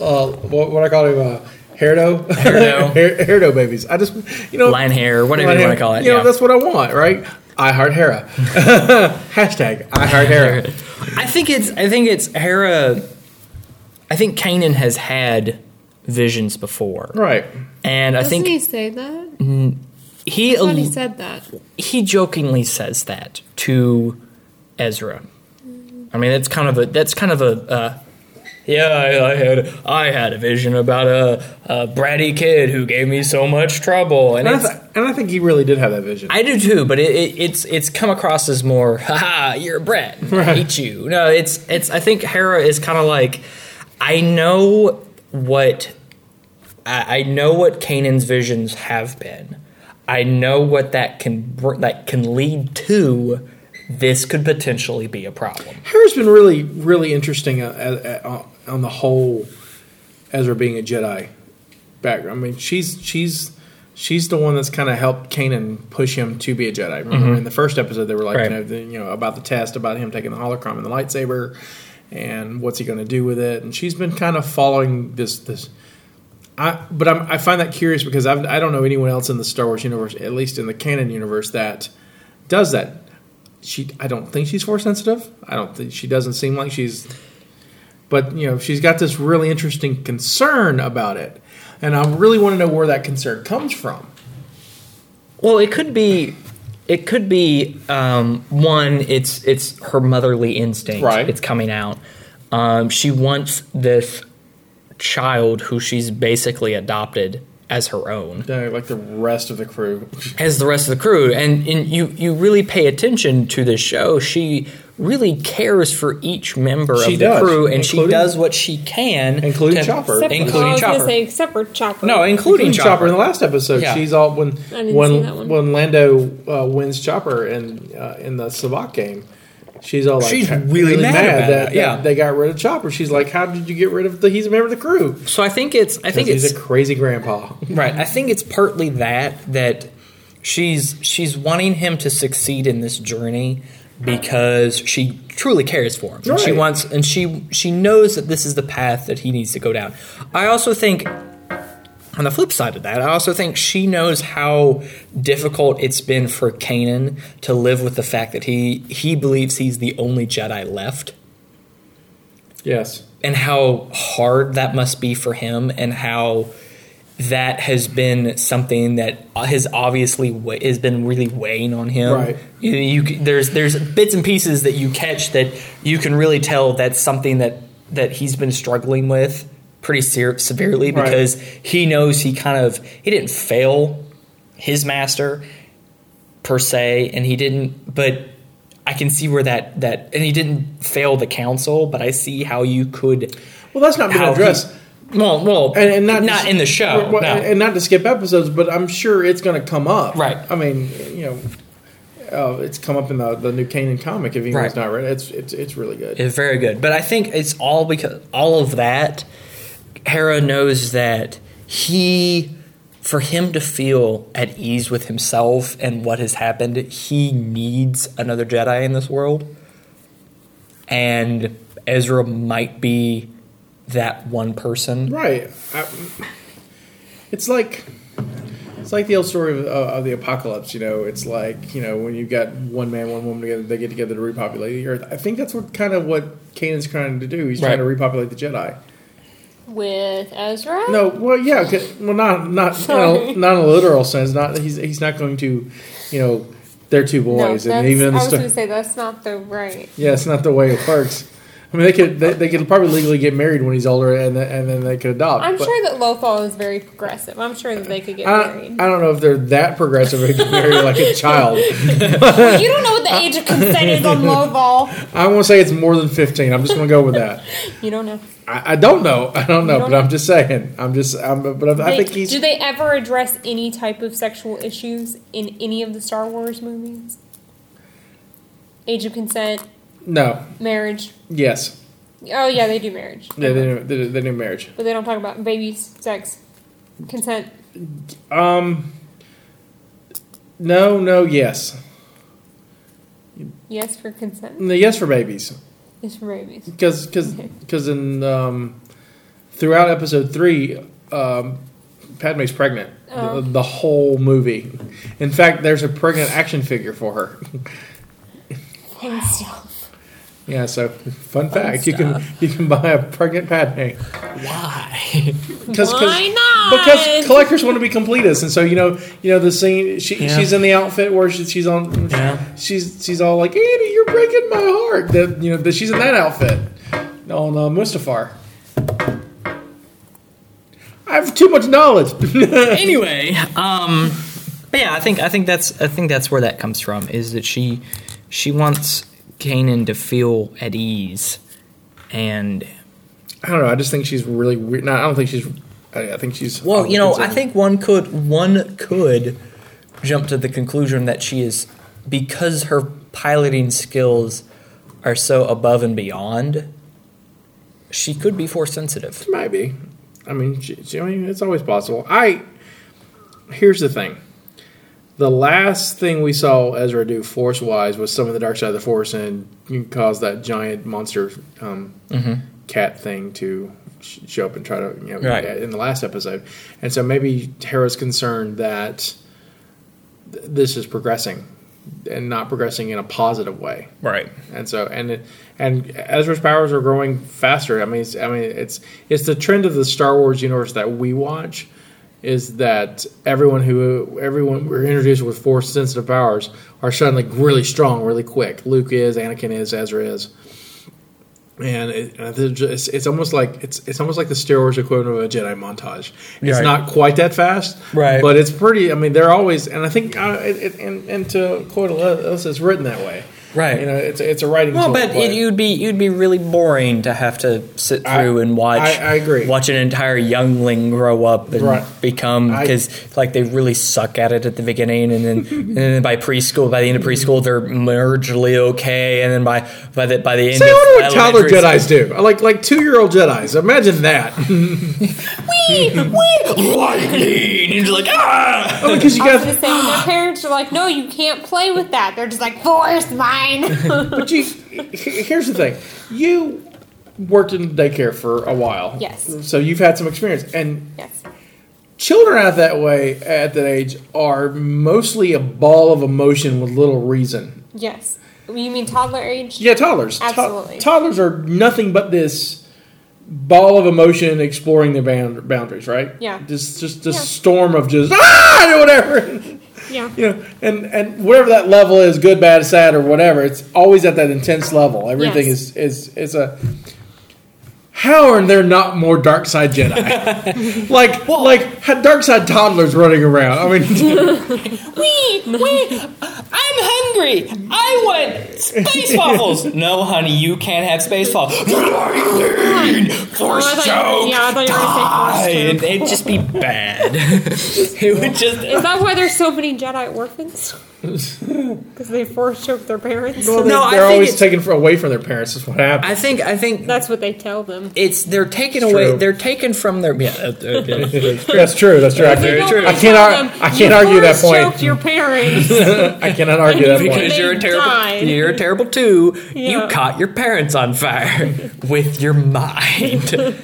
A: Uh, what, what I call him, uh, Herdo,
B: Herdo.
A: Her- Herdo babies. I just, you know,
B: Lion hair, whatever
A: Lion
B: you
A: hair.
B: want to call it.
A: You know,
B: yeah.
A: that's what I want, right? I heart Hera. Hashtag I heart Hera.
B: I think it's I think it's Hera. I think Kanan has had visions before,
A: Right.
B: and I
C: Doesn't
B: think
C: he
B: he
C: say that?
B: he,
C: I thought he
B: al-
C: said that.
B: he jokingly says that to Ezra. I mean, that's kind of a that's kind of a. Uh, yeah, I, I had I had a vision about a, a bratty kid who gave me so much trouble, and
A: And I,
B: it's-
A: th- and I think he really did have that vision.
B: I do too, but it, it, it's it's come across as more, haha, you're a brat. I hate you. No, it's it's. I think Hera is kind of like, I know what, I, I know what Kanan's visions have been. I know what that can br- that can lead to. This could potentially be a problem.
A: Hera's been really, really interesting uh, uh, uh, on the whole. Ezra being a Jedi background, I mean, she's she's she's the one that's kind of helped Kanan push him to be a Jedi. Remember in the first episode, they were like,
B: Right.
A: you, know, the, you know, about the test, about him taking the holocron and the lightsaber, and what's he going to do with it. And she's been kind of following this this. I, but I'm, I find that curious because I've, I don't know anyone else in the Star Wars universe, at least in the canon universe, that does that. She, I don't think she's force sensitive. I don't think she doesn't seem like she's but you know she's got this really interesting concern about it and i really want to know where that concern comes from
B: Well, it could be. It could be um, one. It's it's her motherly instinct.
A: Right.
B: It's coming out. Um, she wants this child who she's basically adopted as her own,
A: Yeah, like the rest of the crew
B: as the rest of the crew. And and you you really pay attention to this show. She really cares for each member
A: She
B: of the
A: does,
B: crew, and she
A: including-
B: does what she can,
A: Including Chopper. Except-
C: oh,
B: including
C: I was
B: Chopper.
C: gonna say except for Chopper.
B: no, including,
A: including chopper.
B: Chopper.
A: in the last episode
B: Yeah.
A: she's all when
C: didn't see that
A: when
C: one.
A: when lando uh, wins chopper in uh, in the savak game she's all like
B: She's
A: ha-
B: really mad about that, yeah.
A: they got rid of chopper she's like how did you get rid of the he's a member of the crew
B: So I think it's I think it's
A: he's a crazy grandpa
B: Right. I think it's partly that that she's she's wanting him to succeed in this journey, because she truly cares for him. And She
A: Right.
B: wants and she she knows that this is the path that he needs to go down. I also think on the flip side of that, I also think she knows how difficult it's been for Kanan to live with the fact that he he believes he's the only Jedi left
A: Yes.
B: and how hard that must be for him and how that has been something that has obviously wa- has been really weighing on him.
A: Right.
B: You, you c- there's there's bits and pieces that you catch that you can really tell that's something that that he's been struggling with pretty ser- severely
A: Right.
B: because he knows he kind of he didn't fail his master per se and he didn't but I can see where that that and he didn't fail the council but I see how you could
A: Well, that's not been
B: how
A: addressed.
B: he- well, well,
A: and, and not
B: not
A: just-
B: in the show.
A: well,
B: no.
A: and not to skip episodes, but I'm sure it's going to come up.
B: Right.
A: I mean, you know, uh, it's come up in the, the new Kanan comic. If anyone's
B: Right.
A: not read it, it's it's it's really good.
B: It's very good. But I think it's all because all of that. Hera knows that he, for him to feel at ease with himself and what has happened, he needs another Jedi in this world. And Ezra might be that one person.
A: right. I, it's like it's like the old story of, uh, of the apocalypse. You know, it's like you know when you've got one man, one woman together, they get together to repopulate the earth. I think that's what kind of what Kanan's trying to do. He's
B: Right.
A: trying to repopulate the Jedi.
C: With Ezra?
A: No, well, yeah, 'cause- well, not not you know, not in a literal sense. Not he's he's not going to, you know, they're two boys,
E: no,
A: and
E: that's-
A: even in
E: I
A: the
E: was
A: sto-
E: going to say that's not the right.
A: yeah, it's not the way it works. I mean, they could they, they could probably legally get married when he's older, and th- and then they could adopt.
C: I'm
A: but Uh,
C: sure that Lothal is very progressive. I'm sure that they could get
A: I,
C: married.
A: I don't know if they're that progressive. They could marry like a child.
C: you don't know what the age of consent is on Lothal.
A: I won't say it's more than fifteen. I'm just going to go with that.
C: You don't know.
A: I, I don't know. I don't know,
C: don't
A: but I'm just saying. I'm just. I'm, but I, I
C: They-
A: think he's.
C: do they ever address any type of sexual issues in any of the Star Wars movies? Age of consent,
A: No.
C: marriage.
A: Yes.
C: Oh yeah, they do marriage,
A: Yeah. They knew, they knew- they knew marriage.
C: but they don't talk about babies, sex, consent.
A: Um. No. No. Yes.
C: Yes for consent.
A: The yes for babies,
C: Yes for babies.
A: because because
C: Okay.
A: in um, throughout episode three, um, Padme's pregnant.
C: Oh.
A: The, the whole movie. In fact, there's a pregnant action figure for her.
C: Fun stuff.
A: yeah. So, fun fact: you can you can buy a pregnant Padme.
B: Why?
A: Cause, 'cause-
C: Why not?
A: Because collectors want to be completists, and so you know, you know the scene. She,
B: Yeah.
A: She's in the outfit where she, she's on.
B: Yeah.
A: She's she's all like, "Annie, you're breaking my heart." That you know that she's in that outfit on uh, Mustafar. I have too much knowledge.
B: anyway, um, but yeah, I think I think that's I think that's where that comes from is that she she wants Kanan to feel at ease, and
A: I don't know. I just think she's really weird. No, I don't think she's. I, I think she's.
B: well, you know, I
A: considered-
B: think one could one could jump to the conclusion that she is because her piloting skills are so above and beyond. She could be force sensitive.
A: Maybe. I mean, she, she- I mean, it's always possible. I here's the thing: the last thing we saw Ezra do force wise was summon the dark side of the force and cause that giant monster um, cat thing to sh- show up and try to you know
B: Right.
A: in the last episode. And so maybe Hera's concerned that th- this is progressing and not progressing in a positive way
B: Right.
A: and so and it, and Ezra's powers are growing faster. I mean, it's, I mean, it's it's the trend of the Star Wars universe that we watch is that everyone who everyone we're introduced with force sensitive powers are suddenly really strong, really quick. Luke is, Anakin is, Ezra is. And it, and it's, just- it's almost like it's it's almost like the Star Wars equivalent of a Jedi montage. It's
B: Right.
A: not quite that fast,
B: Right.
A: But it's pretty. I mean, they're always, and I think, uh, it, it, and, and to quote us, it's written that way,
B: Right.
A: You know, it's it's a writing.
B: Well,
A: tool,
B: but it, you'd be you'd be really boring to have to sit
A: I-
B: through and watch.
A: I- I agree.
B: Watch an entire youngling grow up and
A: Right.
B: become
A: I-
B: because like they really suck at it at the beginning, and then and then by preschool, by the end of preschool, they're marginally okay, and then by by the by the end
A: Say, I wonder
B: of
A: what toddler
B: elementary
A: Jedi's do. Like like two year old Jedi's. Imagine that.
B: school- lightning, and you're like ah.
A: Because you
C: Oh, I was
A: got
C: gonna say when their parents are like, "No, you can't play with that." They're just like, "Force my fine.
A: But you, he- here's the thing: you worked in daycare for a while,
C: Yes.
A: So you've had some experience, and
C: yes.
A: children out that way at that age are mostly a ball of emotion with little reason.
C: Yes. You mean toddler age?
A: Yeah, toddlers. To-
C: Absolutely.
A: toddlers are nothing but this ball of emotion exploring their bound- boundaries, right?
C: Yeah.
A: Just just a
C: Yeah.
A: storm of just ah, or whatever.
C: Yeah.
A: you know, and and whatever that level is, good, bad, sad, or whatever, it's always at that intense level. Everything is
C: Yes.
A: is is a. How are there not more dark side Jedi? like like had dark side toddlers running around. I mean,
B: Wee, wee,
C: Oh,
B: I'm hungry. I want space waffles. no, honey, you can't have space waffles.
C: Oh, I
B: Force
C: thought you-
B: choke.
C: yeah, Oh, I thought you were gonna say
B: And
C: force
B: it'd just be bad. it would
C: Is
B: just.
C: that why there's so many Jedi orphans? Because they force choke their parents.
A: well, they,
B: No, I
A: they're
B: think
A: always
B: it's-
A: taken for, away from their parents. Is what happens.
B: I think. I think
C: That's what they tell them.
B: it's they're taken
A: It's
B: away.
A: true.
B: They're taken from their. Yeah, uh, uh, yeah.
A: that's true. That's true. I
C: They
A: can't,
C: don't
A: I can't,
C: tell
A: ar-
C: them,
A: I
C: "You
A: can't argue that
C: force choked
A: point.
C: your parents.
A: I cannot argue that point.
B: because you're a
C: They
B: terrible.
C: died.
B: You're a terrible two.
C: Yeah.
B: You caught your parents on fire with your mind.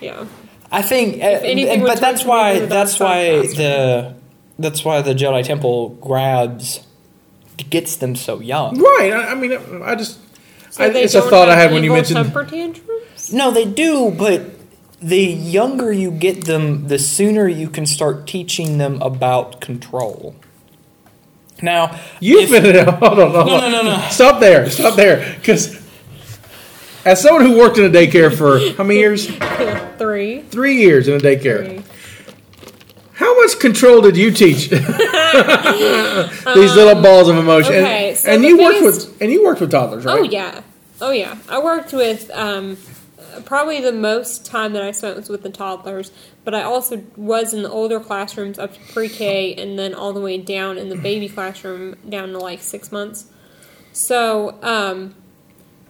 C: yeah.
B: I think, uh,
C: anything
B: and-
C: would
B: but that's
C: turn me
B: why
C: into the dark
B: that's
C: side
B: why
C: faster.
B: the that's why the Jedi Temple grabs gets them so young.
A: Right. I, I mean, I just.
C: So
A: I,
C: they
A: it's a
C: don't
A: thought I
C: have
A: had when you
C: evil
A: mentioned.
C: temper tantrums.
B: No, they do, but the younger you get them, the sooner you can start teaching them about control. Now,
A: You've
B: if-
A: been hold on, hold
B: No,
A: on.
B: no, no, no.
A: Stop there, stop there, because as someone who worked in a daycare for how many years?
C: Three.
A: Three years in a daycare.
C: Three.
A: How much control did you teach these little balls of emotion? And-
C: Um, okay,
A: and,
C: so the
A: you worked
C: biggest-
A: with and you worked with toddlers, right?
C: Oh yeah, oh yeah. I worked with um, probably the most time that I spent was with the toddlers, but I also was in the older classrooms up to pre-K and then all the way down in the baby classroom down to like six months. So um,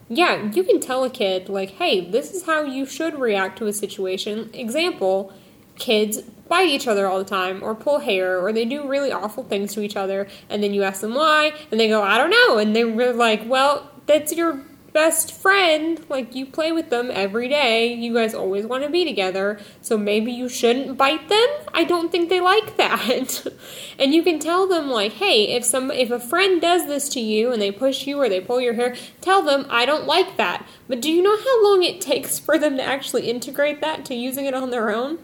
C: yeah, you can tell a kid like, "Hey, this is how you should react to a situation." Example: kids bite each other all the time, or pull hair, or they do really awful things to each other, and then you ask them why, and they go, "I don't know," and they were like, "Well, that's your best friend. Like you play with them every day. You guys always want to be together, so maybe you shouldn't bite them." I don't think they like that, and you can tell them like, "Hey, if some if a friend does this to you and they push you or they pull your hair, tell them I don't like that." But do you know how long it takes for them to actually integrate that to using it on their own?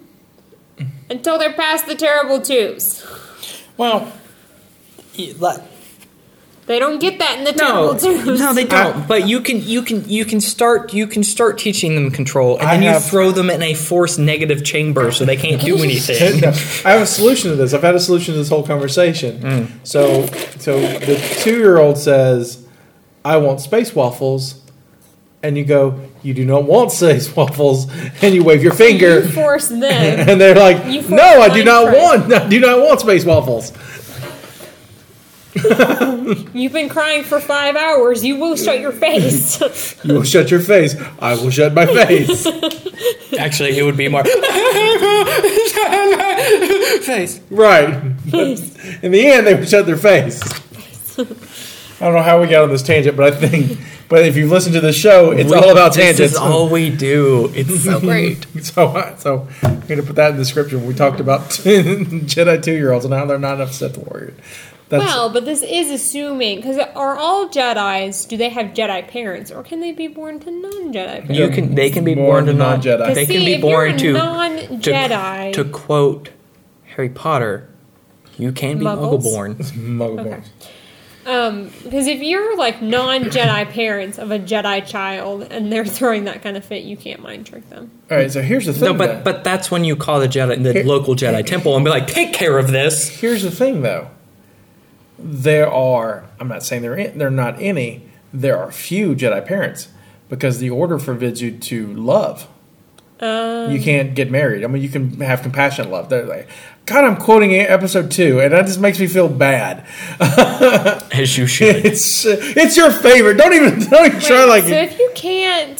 C: Until they're past the terrible twos.
B: well, y- like-
C: They don't get that in the
B: no,
C: terrible twos.
B: no, they don't. but you can, you can, you can start, you can start teaching them control, and
A: I
B: then
A: have-
B: you throw them in a force negative chamber so they can't do anything.
A: I have a solution to this. I've had a solution to this whole conversation.
B: Mm.
A: So, so the two-year-old says, "I want space waffles," and you go, "You do not want space waffles," and you wave your
C: You
A: finger,
C: force them.
A: and they're like,
C: You forced
A: "No, I do
C: mine
A: not
C: first."
A: want. I do not want space waffles."
C: You've been crying for five hours. You will shut your face.
A: You will shut your face. I will shut my face.
B: Actually, it would be more face.
A: right. But in the end, they would shut their face. I don't know how we got on this tangent, but I think, but if you've listened to the show, it's all about
B: this
A: tangents.
B: Is all we do. It's so great.
A: So, uh, so I'm going to put that in the description. We talked about Jedi two year olds and how they're not enough Sith warrior. That's
C: well, but this is assuming because are all Jedi's? Do they have Jedi parents, or can they be born to non-Jedi parents?
B: You can. They can be born, to non
A: non-Jedi.
B: Jedi.
C: 'Cause
B: They can
C: see,
B: be
C: if you're
B: born
C: a
B: to
C: non-Jedi.
B: To, to quote Harry Potter, you can be
C: Muggles?
B: muggle born.
A: muggle born.
C: Um, because if you're like non-Jedi parents of a Jedi child and they're throwing that kind of fit, you can't mind trick them.
A: All right. So here's the thing.
B: No,
A: though.
B: but but that's when you call the Jedi, the local Jedi temple, and be like, take care of this.
A: Here's the thing, though. There are. I'm not saying there in, there are not any. There are few Jedi parents because the Order forbids you to love. you can't get married. I mean, you can have compassionate love. They're like, God, I'm quoting e-, episode two, and that just makes me feel bad.
B: As you should.
A: It's it's your favorite. Don't even don't even try like
C: so if you can't,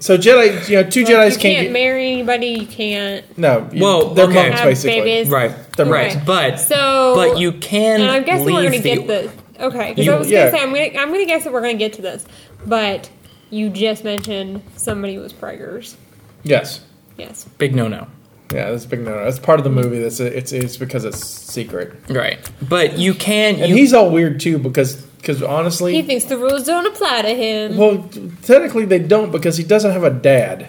A: So Jedi, you know, two Jedi's
C: you can't
A: can't, get
C: marry anybody. You can't
A: no. you-
B: Well,
A: they're
B: okay.
A: monks
C: have
A: basically.
C: babies.
B: right.
A: They're
B: Right.
A: right.
B: But
C: So
B: but you can.
C: And I'm guessing
B: leave
C: we're going to
B: the-
C: get the Okay, because
A: You-
C: I was
A: yeah.
C: gonna say I'm gonna I'm gonna guess that we're gonna get to this, but you just mentioned somebody was preggers.
A: Yes.
C: Yes.
B: Big no no.
A: Yeah, that's a big no. That's part of the movie. That's it's it's because it's secret.
B: Right. But you can.
A: And
B: you,
A: he's all weird too because because
C: He
A: honestly,
C: thinks the rules don't apply to him.
A: well, technically they don't because he doesn't have a dad.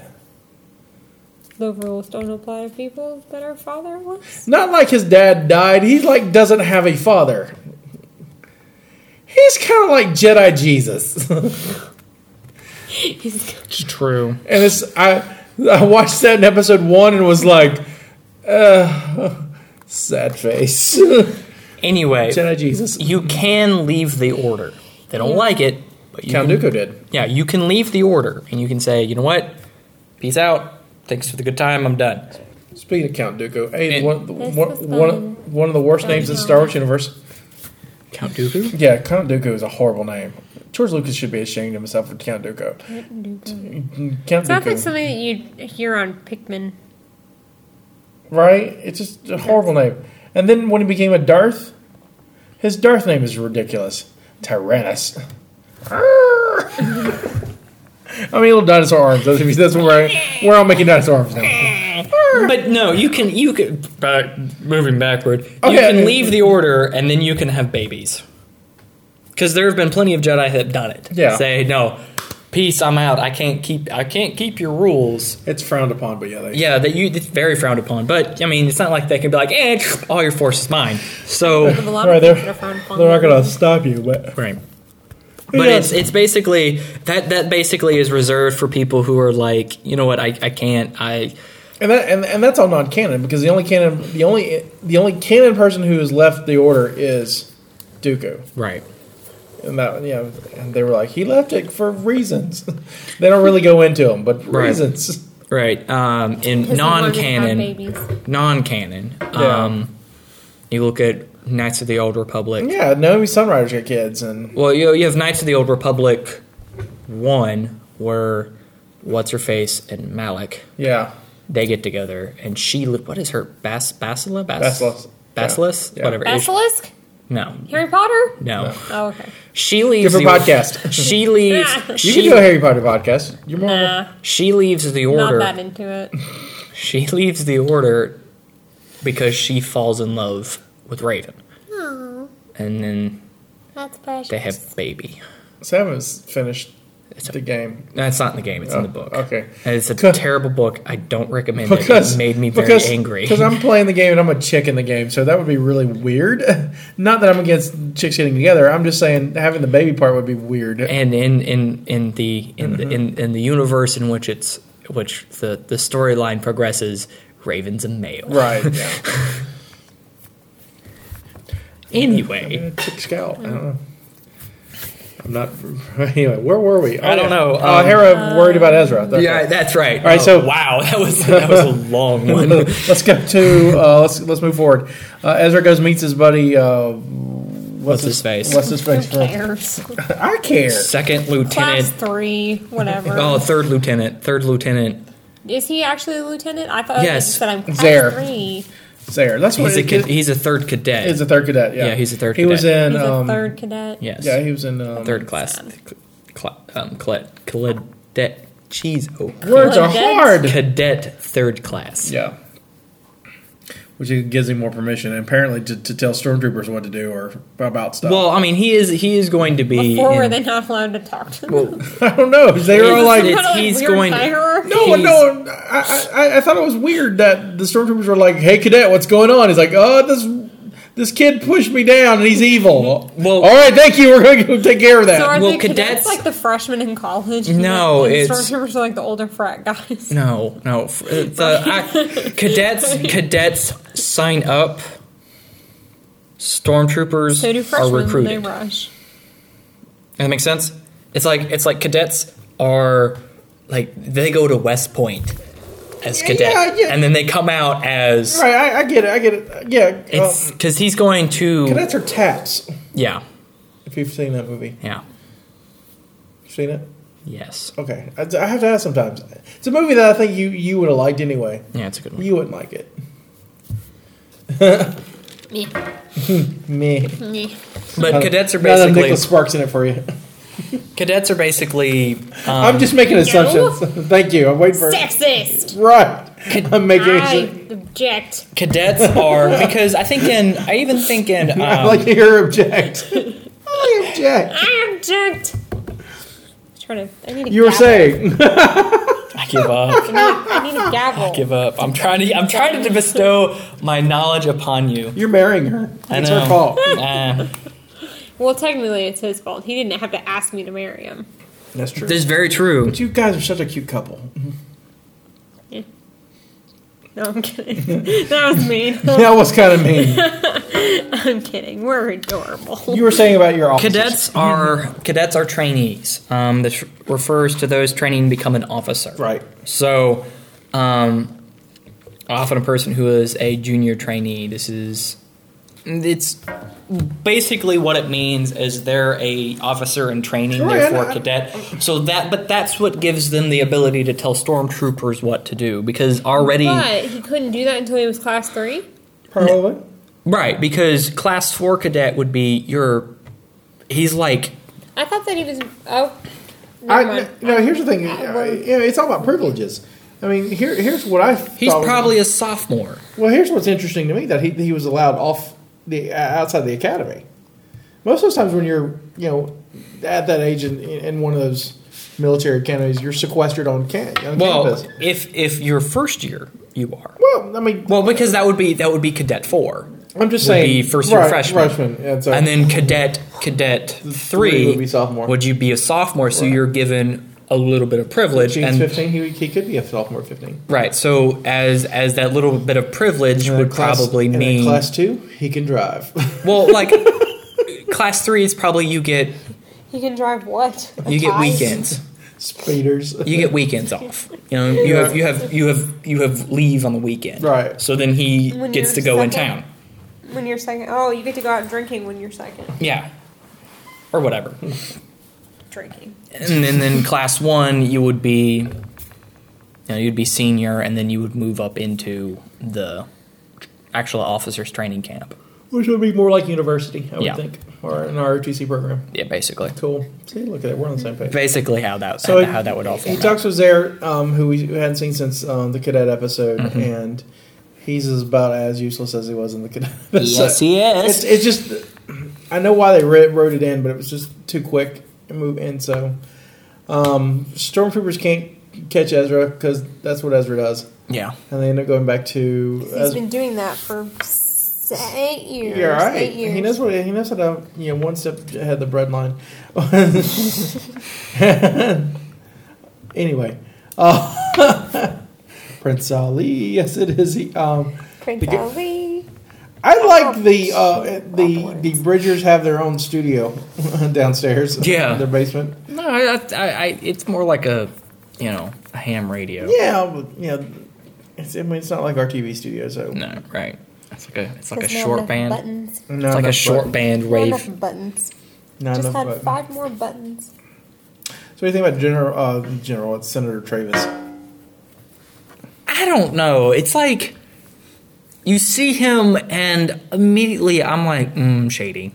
C: The rules don't apply to people that are fatherless.
A: Not like his dad died. He like doesn't have a father. He's kind of like Jedi Jesus.
C: He's
B: it's true.
A: And it's I I watched that in episode one and was like, uh, sad face.
B: Anyway,
A: Jedi Jesus.
B: you can leave the order. They don't like it, but you
A: Count
B: can,
A: Dooku did.
B: yeah, you can leave the order and you can say, you know what, peace out. Thanks for the good time. I'm done.
A: Speaking of Count Dooku, hey,
B: And-
A: one,
C: This
A: one,
C: was
A: one, one of the worst names in Star Wars universe.
B: Count Dooku.
A: Yeah, Count Dooku is a horrible name. George Lucas should be ashamed of himself for Count Dooku. Count
C: Sounds like
A: Dooku,
C: something that you'd hear on Pikmin.
A: right? It's just a horrible name. And then when he became a Darth, his Darth name is ridiculous. Tyrannus. I mean, little dinosaur arms. That's, that's what we're we're all making dinosaur arms now.
B: But no, you can you can back, moving backward. You
A: Okay.
B: can leave the order and then you can have babies. Because there have been plenty of Jedi that have done it.
A: Yeah.
B: Say no, peace. I'm out. I can't keep. I can't keep your rules.
A: It's frowned upon, but yeah, they,
B: Yeah, that you it's very frowned upon. But I mean, it's not like they can be like, eh, all your force is mine. So
C: With a lot
A: Right,
C: of things
A: they're-
C: that are found upon
A: they're not
C: them.
A: gonna stop you. But
B: right.
A: Yeah.
B: But it's it's basically that that basically is reserved for people who are like, you know what, I, I can't I
A: and that and, and that's all non-canon because the only canon the only the only canon person who has left the order is Dooku.
B: right.
A: And that yeah, and they were like he left it for reasons. they don't really go into them, but
B: Right.
A: reasons.
B: Right. Um in
C: Because they wanted
B: non
C: to have
B: canon
C: babies.
B: non canon.
A: Yeah.
B: Um you look at Knights of the Old Republic.
A: Yeah, Naomi Sunrider's got kids, and
B: Well, you you have Knights of the Old Republic one where what's her face and Malik
A: yeah,
B: they get together and she li- what is her bas basila bas-
A: Basilisk.
B: basilisk
A: Yeah.
B: whatever Is-
C: Basilisk?
B: no
C: Harry Potter?
B: no
C: Oh, okay.
B: she leaves
A: Different
B: the-
A: podcast.
B: she leaves
A: you
B: she,
A: can do a Harry Potter podcast. You're more
C: Nah,
B: she leaves the
C: not
B: order
C: that into it.
B: she leaves the order because she falls in love with Raven and then
C: That's precious.
B: they have baby
A: Sam has finished
B: It's
A: the game
B: that's not in the game it's in the book
A: Okay,
B: and it's a
A: Because-
B: terrible book I don't recommend
A: because
B: it it made me very
A: because,
B: angry
A: because I'm playing the game and I'm a chick in the game, so that would be really weird. Not that I'm against chicks getting together. I'm just saying having the baby part would be weird.
B: and in in in the in the in, in the universe in which it's which the the storyline progresses raven's a male
A: right. Yeah.
B: anyway
A: chick scout. I don't know. I'm not. Anyway, where were we?
B: I don't know.
A: Oh,
B: Um,
A: Hera worried about Ezra. That's
B: yeah
A: right.
B: that's right all
A: right, so-
B: wow that was that was a long one
A: let's go to uh, let's let's move forward. Uh, Ezra goes meets his buddy. Uh, what's,
B: What's his face?
A: What's his face?
C: Who cares?
A: I care.
B: second
C: Class
B: lieutenant
C: three, whatever.
B: oh third lieutenant third lieutenant
C: Is he actually a lieutenant? I thought
B: Yes.
C: yes. said I'm class
A: There.
C: three.
A: There. That's what
B: he's a
A: it
B: kid,
A: is.
B: he's a third cadet
A: He's a third cadet. Yeah,
B: Yeah, he's a third
A: He was in.
C: He's
A: um,
C: a third cadet.
B: yes
A: Yeah, he was in um,
B: third class cl- um cadet cadet cheese oh
A: Words are
C: Cadets.
A: hard.
B: cadet third class
A: Yeah. Which gives him more permission, apparently, to, to tell stormtroopers what to do or about stuff.
B: well I mean he is he is going to be
C: Before were
B: in-
C: they not allowed to talk to them?
A: I don't know. They
B: It's-
A: were all like,
B: it's-
C: Kinda
B: he's
C: weird
B: going-
C: hierarchy.
A: no,
B: he's-
A: no. I, I, I thought it was weird that the stormtroopers were like, "Hey, cadet, what's going on?" He's like, "Oh, this this kid pushed me down, and he's evil."
B: Well-
A: all right, thank you. We're going to go take care of that.
C: So are
B: Uh, Well,
C: the cadets,
B: cadets-
C: like the freshmen in college?
B: No,
C: and the
B: it's-
C: stormtroopers are like the older frat guys.
B: No, no. f- uh, The I, cadets, cadets sign up. Stormtroopers
C: So do
B: are
C: freshmen when they
B: recruited.
C: rush.
B: That makes sense. It's like it's like cadets are like they go to West Point as
A: Yeah,
B: cadet,
A: yeah, yeah.
B: and then they come out as
A: All right, I, I get it. I get it. Yeah,
B: it's
A: uh,
B: because he's going to
A: cadets are taps.
B: yeah
A: If you've seen that movie,
B: yeah
A: seen it?
B: yes
A: Okay, I, I have to ask sometimes. It's a movie that I think you you would have liked anyway.
B: yeah it's a good one.
A: You wouldn't like it.
C: Meh,
A: Meh.
C: meh.
H: But Mm-hmm. cadets are
A: Now that
H: basically
A: Nicholas Sparks in it for you.
H: cadets are basically. Um,
A: I'm just making assumptions. Thank you. I'm waiting for
I: Sexist.
A: right. I'm making. assumptions.
I: I object.
H: cadets are because I think in I even think in
A: I
H: um,
A: like to hear her object. I object.
I: I object.
J: trying to. I need a
A: You were
J: gavel. Ah,
A: saying
H: I give up.
J: I need a gavel.
H: give up. I'm trying to. I'm trying to bestow my knowledge upon you.
A: you're marrying her.
H: I
A: It's
H: know.
A: her fault.
H: Uh,
J: well, technically, it's his fault. He didn't have to ask me to marry him.
A: That's true.
B: This is very true.
A: But you guys are such a cute couple.
J: No, I'm kidding. that was mean.
A: That was kind of mean.
J: I'm kidding. We're adorable.
A: You were saying about your officers.
B: Cadets are cadets are trainees. Um, this refers to those training to become an officer.
A: Right.
B: So, um, often a person who is a junior trainee. This is it's basically what it means is they're a officer in training,
A: Sure,
B: therefore
A: and I-
B: cadet. So that, but that's what gives them the ability to tell stormtroopers what to do because already
J: But he couldn't do that until he was class three.
A: Probably.
B: right because class four cadet would be your. He's like
J: I thought that he was. Oh,
A: I,
J: never
A: no,
J: mind.
A: here's the thing. Uh, you know, it's all about privileges. I mean, here, here's what I.
B: he's
A: thought-
B: probably a sophomore.
A: Well, here's what's interesting to me that he, he was allowed off the uh, outside the academy. Most of the times when you're you know at that age in, in one of those military academies, you're sequestered on, cam- on
B: Well,
A: campus.
B: if if your first year you are.
A: Well, I mean,
B: Well, because that would be that would be cadet four,
A: I'm just
B: would
A: saying
B: be first year
A: right,
B: freshman.
A: yeah, so-
B: and then cadet cadet three
A: three would be sophomore.
B: Would you be a sophomore? So you're given a little bit of privilege
A: Gene's
B: and
A: 15. He, he could be a sophomore at 15.
B: right. So as as that little bit of privilege
A: And
B: would
A: then class-
B: probably
A: and then
B: mean
A: class two. He can drive.
B: well, like class three is probably you get
C: You can drive what?
B: you get
C: Ties?
B: weekends.
A: Speeders.
B: You get weekends off. You know, you have you have you have you have leave on the weekend.
A: Right.
B: So then he
C: When
B: gets
C: you're
B: to go in town.
C: second. When you're second. Oh, you get to go out drinking when you're second.
B: Yeah. Or whatever.
C: Drinking.
B: and then, then class one you would be you know you'd be senior and then you would move up into the actual officers training camp
A: Which would be more like university, I would
B: Yeah.
A: think, or an ROTC program.
B: yeah basically
A: Cool. See, look at it. We're on the same page.
B: basically how that
A: So
B: how,
A: it-
B: how that would all
A: He
B: form out.
A: talks was there, um, who we hadn't seen since um, the cadet episode,
B: Mm-hmm.
A: and he's as- about as useless as he was in the cadet. episode.
B: yes he
A: It's,
B: is
A: it's just, I know why they writ- wrote it in, but it was just too quick and move in. So, um, stormtroopers can't catch Ezra because that's what Ezra does,
B: yeah
A: and they end up going back to.
C: He's
A: Ez-
C: been doing that for s- eight years.
A: You're right.
C: Eight years.
A: He knows what he knows how to you know one step ahead of the bread line. anyway, uh, Prince Ali. Yes, it is. He, um,
C: Prince
A: The g-
C: Ali. Oh,
A: I like the uh, the the Bridgers have their own studio downstairs.
B: Yeah.
A: in their basement.
B: no I, I, I, it's more like a you know a ham radio
A: Yeah, but, you know, it's, I mean it's not like our TV studio, so
B: no right it's like a it's like a
C: There's not
B: short
C: enough
B: band
C: Buttons.
A: No,
B: it's like a
A: not
B: short
A: button.
B: band
C: Not
B: rave
C: enough buttons.
A: Not
C: Just
A: enough
C: had
A: button.
C: five more buttons.
A: So what do you think about General uh, General? It's Senator Travis.
B: I don't know. It's like you see him, and immediately I'm like, mm, shady.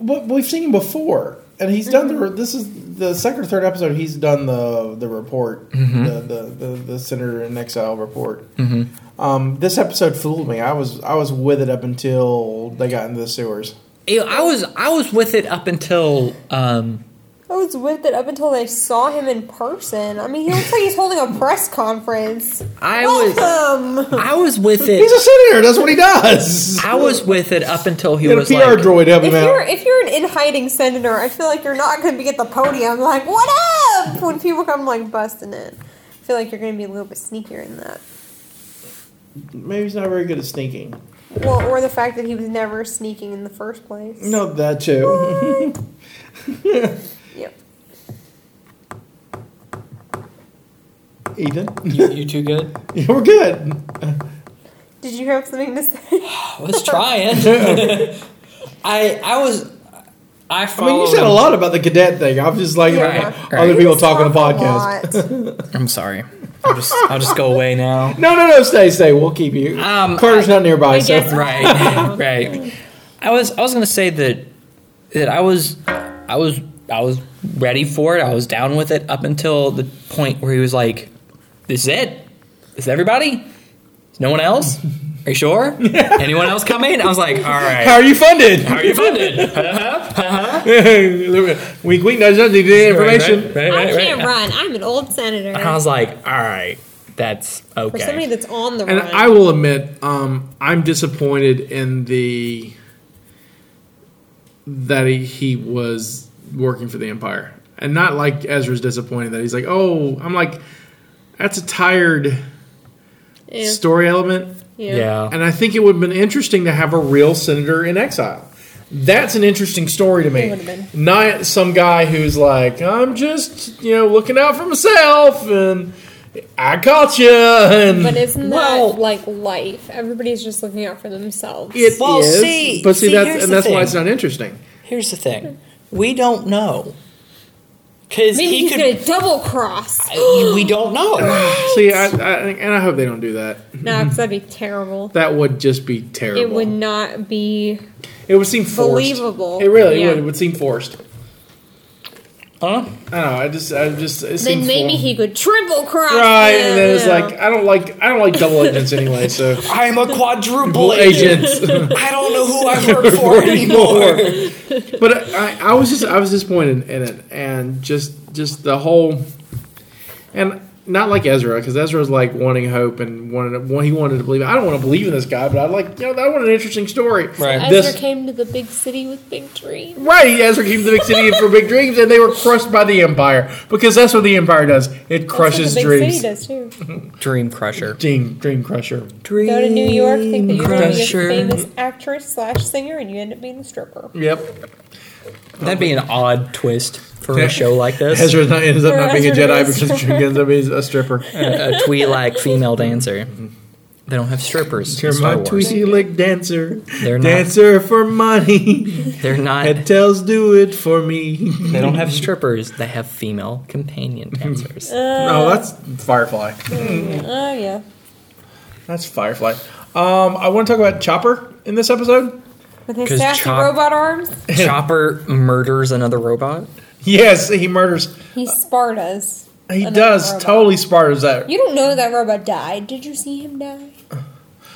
A: But we've seen him before, and he's done
B: Mm-hmm.
A: the. This is the second or third episode. He's done the the report,
B: Mm-hmm.
A: the, the, the the senator in exile report.
B: Mm-hmm.
A: Um, this episode fooled me. I was I was with it up until they got into the sewers.
B: Ew, I was I was with it up until um,
C: I was with it up until they saw him in person. I mean, he looks like he's holding a press conference.
B: I was
C: Um,
B: I was with
A: He's
B: it.
A: a senator. That's what he does.
B: I was with it up until he
A: Get a
B: was
A: PR
B: like,
A: droid to help
C: if
A: him
C: you're
A: out.
C: if you're an in hiding senator, I feel like you're not going to be at the podium like what up when people come like busting in. I feel like you're going to be a little bit sneakier in that.
A: Maybe he's not very good at sneaking.
C: Well, or the fact that he was never sneaking in the first place.
A: No, that too.
C: Yep.
A: Ethan,
B: you, "You too good?
A: we're good.
C: Did you have something to say?
B: I was trying." I I was I
A: I mean,
B: followed.
A: you said a lot about the cadet thing. I'm just like
B: Yeah.
A: other
B: Right.
A: people
C: You
A: talk on the
C: talk a
A: podcast.
C: lot.
B: I'm sorry. I'll just I'll just go away now.
A: No, no, no. Stay, stay. We'll keep you.
B: Um,
A: Carter's
B: I-
A: not nearby,
J: I
A: so
J: guess-
B: Right, right. I was I was gonna say that that I was I was I was ready for it. I was down with it up until the point where he was like, "This is it. This is everybody. Is no one else. Are you sure? Anyone else coming?" I was like, "All
A: How
B: right."
A: are you funded?
B: How are you funded? Huh? Huh?
A: wink, wink, nudge, nudge. Need any information?
K: I
B: Right, right, right, right. Uh-huh.
K: can't run. I'm an old senator.
B: And I was like, "All right, that's
K: For somebody
B: okay."
K: that's on the
A: And
K: run.
A: I will admit, um, I'm disappointed in the that he, he was working for the Empire, and not like Ezra's disappointed that he's like, oh, I'm like, that's a tired
C: Yeah.
A: story element,
C: Yeah.
B: Yeah,
A: and I think it would have been interesting to have a real senator in exile. That's an interesting story to me.
K: would've been.
A: Not some guy who's like, I'm just you know looking out for myself, and I caught you, and
C: But isn't that
B: Well-
C: like life? Everybody's just looking out for themselves.
A: It is,
B: Well, see-
A: but see,
B: see,
A: that's
B: here's
A: and
B: the
A: that's why
B: thing.
A: it's not interesting.
B: here's the thing: we don't know because
C: Maybe
B: he
C: he's
B: could.
C: gonna double cross.
B: we don't know.
A: see, I, I and I hope they don't do that.
C: No, because that'd be terrible.
A: That would just be terrible.
C: It would not be.
A: It would seem forced.
C: Believable.
A: It really
C: Yeah.
A: would. It would seem forced. I
B: Huh?
A: don't know. I just, I just. It
L: Then
A: seemed
L: maybe
A: forced.
L: he could triple cross.
A: Right,
L: them.
A: and then it's like I don't like I don't like double agents anyway. So
B: I'm a quadruple
A: double
B: agent.
A: agents
B: I don't know who I work for anymore.
A: but I, I was just I was disappointed in it, and just just the whole, and not like Ezra because Ezra's like wanting hope and wanted to- he wanted to believe. I don't want to believe in this guy, but I like you know I want an interesting story.
B: Right.
C: Ezra
A: This
C: came to the big city with big dreams.
A: right Ezra came to the big city for big dreams, and they were crushed by the empire because that's what the empire does. It crushes
C: That's what the big
A: dreams.
C: city does too.
B: Dream Crusher.
A: Dream, dream crusher.
B: Dream
C: Go to New York, think that you're gonna be a
B: Crusher.
C: famous actress slash singer, and you end up being a stripper.
A: Yep.
B: That'd be an odd twist for a show like this.
A: Ezra not, ends up
C: Or
A: not being a
C: Ezra
A: Jedi
C: is.
A: because she ends up being a stripper.
B: a twee like female dancer. They don't have strippers. in
A: You're
B: Star
A: my
B: Wars.
A: Tweety Lick dancer.
B: They're not-
A: dancer for money.
B: They're not. They
A: Hotels do it for me.
B: don't have strippers. They have female companion dancers.
C: Uh.
A: no, Oh, that's Firefly.
C: Oh yeah.
A: That's Firefly. Um, I want to talk about Chopper in this episode.
C: With his
B: 'Cause
C: sassy
B: Chop-
C: robot arms,
B: Chopper murders another robot.
A: Yes, he murders.
C: he Spartas.
A: He
C: Another
A: does
C: robot.
A: totally Sparta's that.
C: You don't know that robot died. Did you see him die?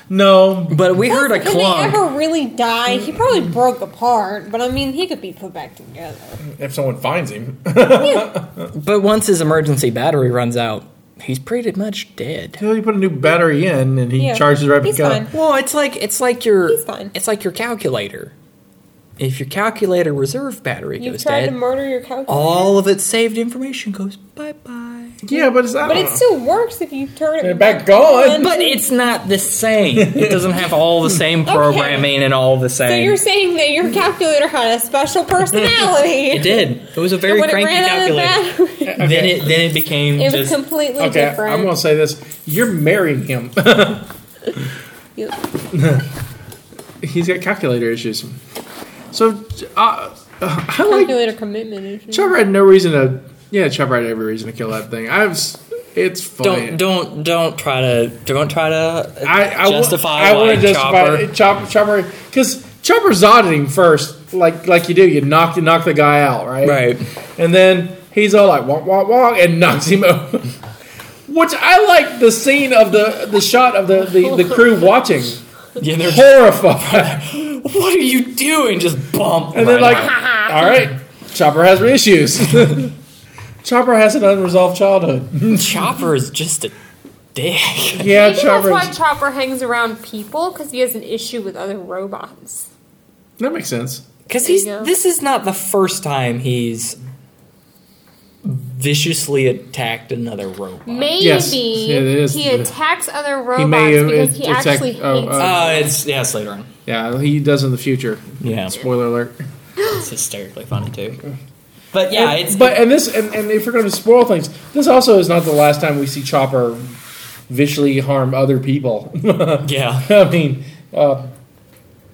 A: No,
B: But we heard a
C: Can they
B: clunk.
C: ever really die? He probably broke apart, but I mean, he could be put back together.
A: if someone finds him.
B: But once his emergency battery runs out, he's pretty much dead.
A: Until you put a new battery in and he
C: Yeah.
A: charges right
C: He's
A: back up.
C: fine.
B: Well, it's like it's like your
C: He's fine.
B: it's like your calculator. If your calculator reserve battery
C: You've
B: goes
C: tried
B: dead,
C: to murder your calculator.
B: all of its saved information goes bye bye.
A: Yeah, but it's I
C: but
A: don't
C: it
A: know.
C: still works if you turn
A: They're
C: it
A: back gone.
B: But it's not the same. It doesn't have all the same programming and all the
C: So you're
B: same.
C: saying that your calculator had a special personality?
B: it did. It was a very
C: And when it
B: cranky
C: ran out of
B: calculator.
C: battery,
B: Then it then it became
C: it was
B: just
C: completely
A: okay,
C: different.
A: I'm gonna say this: you're marrying him.
C: You-
A: He's got calculator issues. So uh, I like
C: calculator commitment issue.
A: Chopper had no reason to. Yeah, Chopper had every reason to kill that thing. I was. It's funny.
B: don't don't don't try to don't try to uh,
A: I, I wa-
B: justify
A: I
B: why
A: want to justify
B: Chopper.
A: Chopper. Chopper, because Chopper's auditing first, like like you do. You knock you knock the guy out, right?
B: Right.
A: And then he's all like wonk wonk wonk and knocks him over. Which I like the scene of the the shot of the the, the crew watching,
B: yeah, they're just,
A: horrified,
B: what are you doing? Just bump.
A: and
B: right
A: they're like,
B: out.
A: all right, Chopper has issues. Chopper has an unresolved childhood.
B: Chopper is just a dick.
A: Yeah,
C: Maybe that's
A: Chopper.
C: why Chopper hangs around people because he has an issue with other robots.
A: That makes sense.
B: Because he's
C: Yeah.
B: this is not the first time he's viciously attacked another robot.
C: Maybe
A: Yes. Yeah, it is.
C: he attacks other robots
A: He may have
C: because he
A: attacked-
C: actually hates.
A: oh, oh.
C: them.
B: Uh, it's yeah, it's later on.
A: Yeah, he does in the future.
B: Yeah,
A: Spoiler alert.
B: it's hysterically funny too. But yeah,
A: And-
B: it's
A: but and this and, and if we're going to spoil things, this also is not the last time we see Chopper viciously harm other people.
B: yeah.
A: I mean, uh,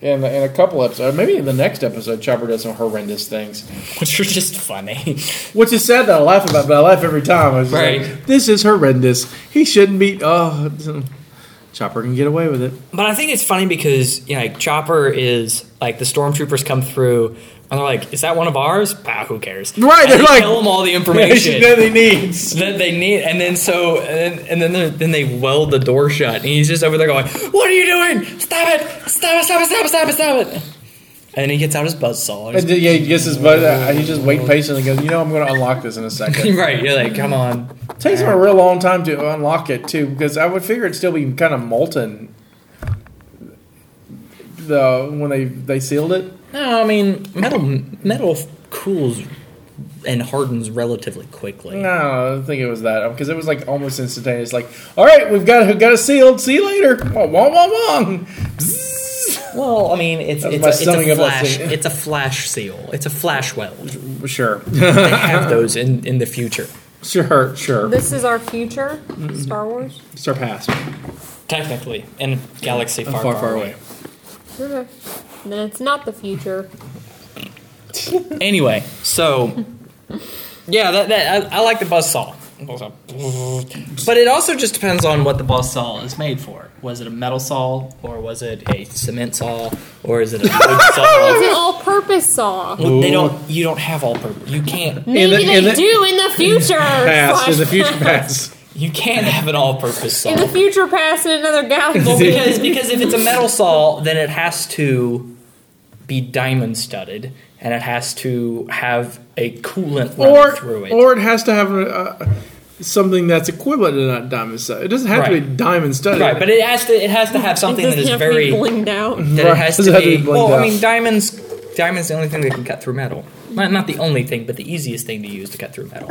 A: in in a couple episodes, maybe in the next episode, Chopper does some horrendous things,
B: Which are just funny.
A: which is sad that I laugh about, but I laugh every time. I was just
B: Right.
A: like, this is horrendous. He shouldn't be. Oh, Chopper can get away with it.
B: But I think it's funny because you know, like Chopper is like the stormtroopers come through and they're like, "Is that one of ours?" Bah, who cares?
A: Right,
B: And
A: they're
B: they
A: like-
B: tell them all the
A: Information that
B: information
A: he needs.
B: that they need, and then so and, and then they're- then they weld the door shut, and he's just over there going, "What are you doing? Stop it! Stop it! Stop it! Stop it! Stop it! Stop it!" And then he gets out his buzzsaw.
A: And
B: And
A: then, yeah, he gets his butt. Uh, he's just waiting patiently. Goes, you know, I'm going to unlock this in a second.
B: he's- right, you're like, "Come on!"
A: takes him a real long time to unlock it too, because I would figure it'd still be kind of molten. The when they they sealed it.
B: No, I mean metal metal cools and hardens relatively quickly.
A: No, I don't think it was that because it was like almost instantaneous. Like, all right, we've got got it sealed. See you later. Wong wong wong wong. Bzzz.
B: Well, I mean, it's
A: That's
B: it's
A: my
B: a, it's
A: summing
B: a
A: up of
B: flash.
A: that scene.
B: It's a flash seal. It's a flash weld.
A: Sure,
B: they have those in in the future.
A: sure, sure.
C: This is our future, Star Wars.
A: Surpassed.
B: Technically, in a galaxy far,
A: far, far away.
C: Okay. No, it's not the future.
B: Anyway, so yeah, that, that I, I like the buzz saw. But it also just depends on what the buzz saw is made for. Was it a metal saw, or was it a cement saw, or is it a wood
C: It's
B: saw?
C: an all-purpose saw.
B: Well, they don't. You don't have all purpose. You can't.
C: Maybe
A: the-
C: they
A: in the-
C: do in the future.
A: Past in the
C: slash
A: future
C: past.
A: past.
B: You can't have an all-purpose saw.
C: In the future past in another
B: Well,
C: galaxy.
B: because because if it's a metal saw, then it has to be diamond studded, and it has to have a coolant run through
A: Or
B: it.
A: or it has to have a, uh, something that's equivalent to that diamond stud. It doesn't have to be
B: Right.
A: diamond studded.
B: right, but it has to it has to have something that
C: doesn't
B: is
C: have
B: very
C: to be blinged out.
B: that it
A: Right,
B: has
A: it
B: to
A: has to
B: be.
A: be blinged
B: well,
A: out.
B: I mean, diamonds diamonds the only thing that can cut through metal. Not, not the only thing, but the easiest thing to use to cut through metal.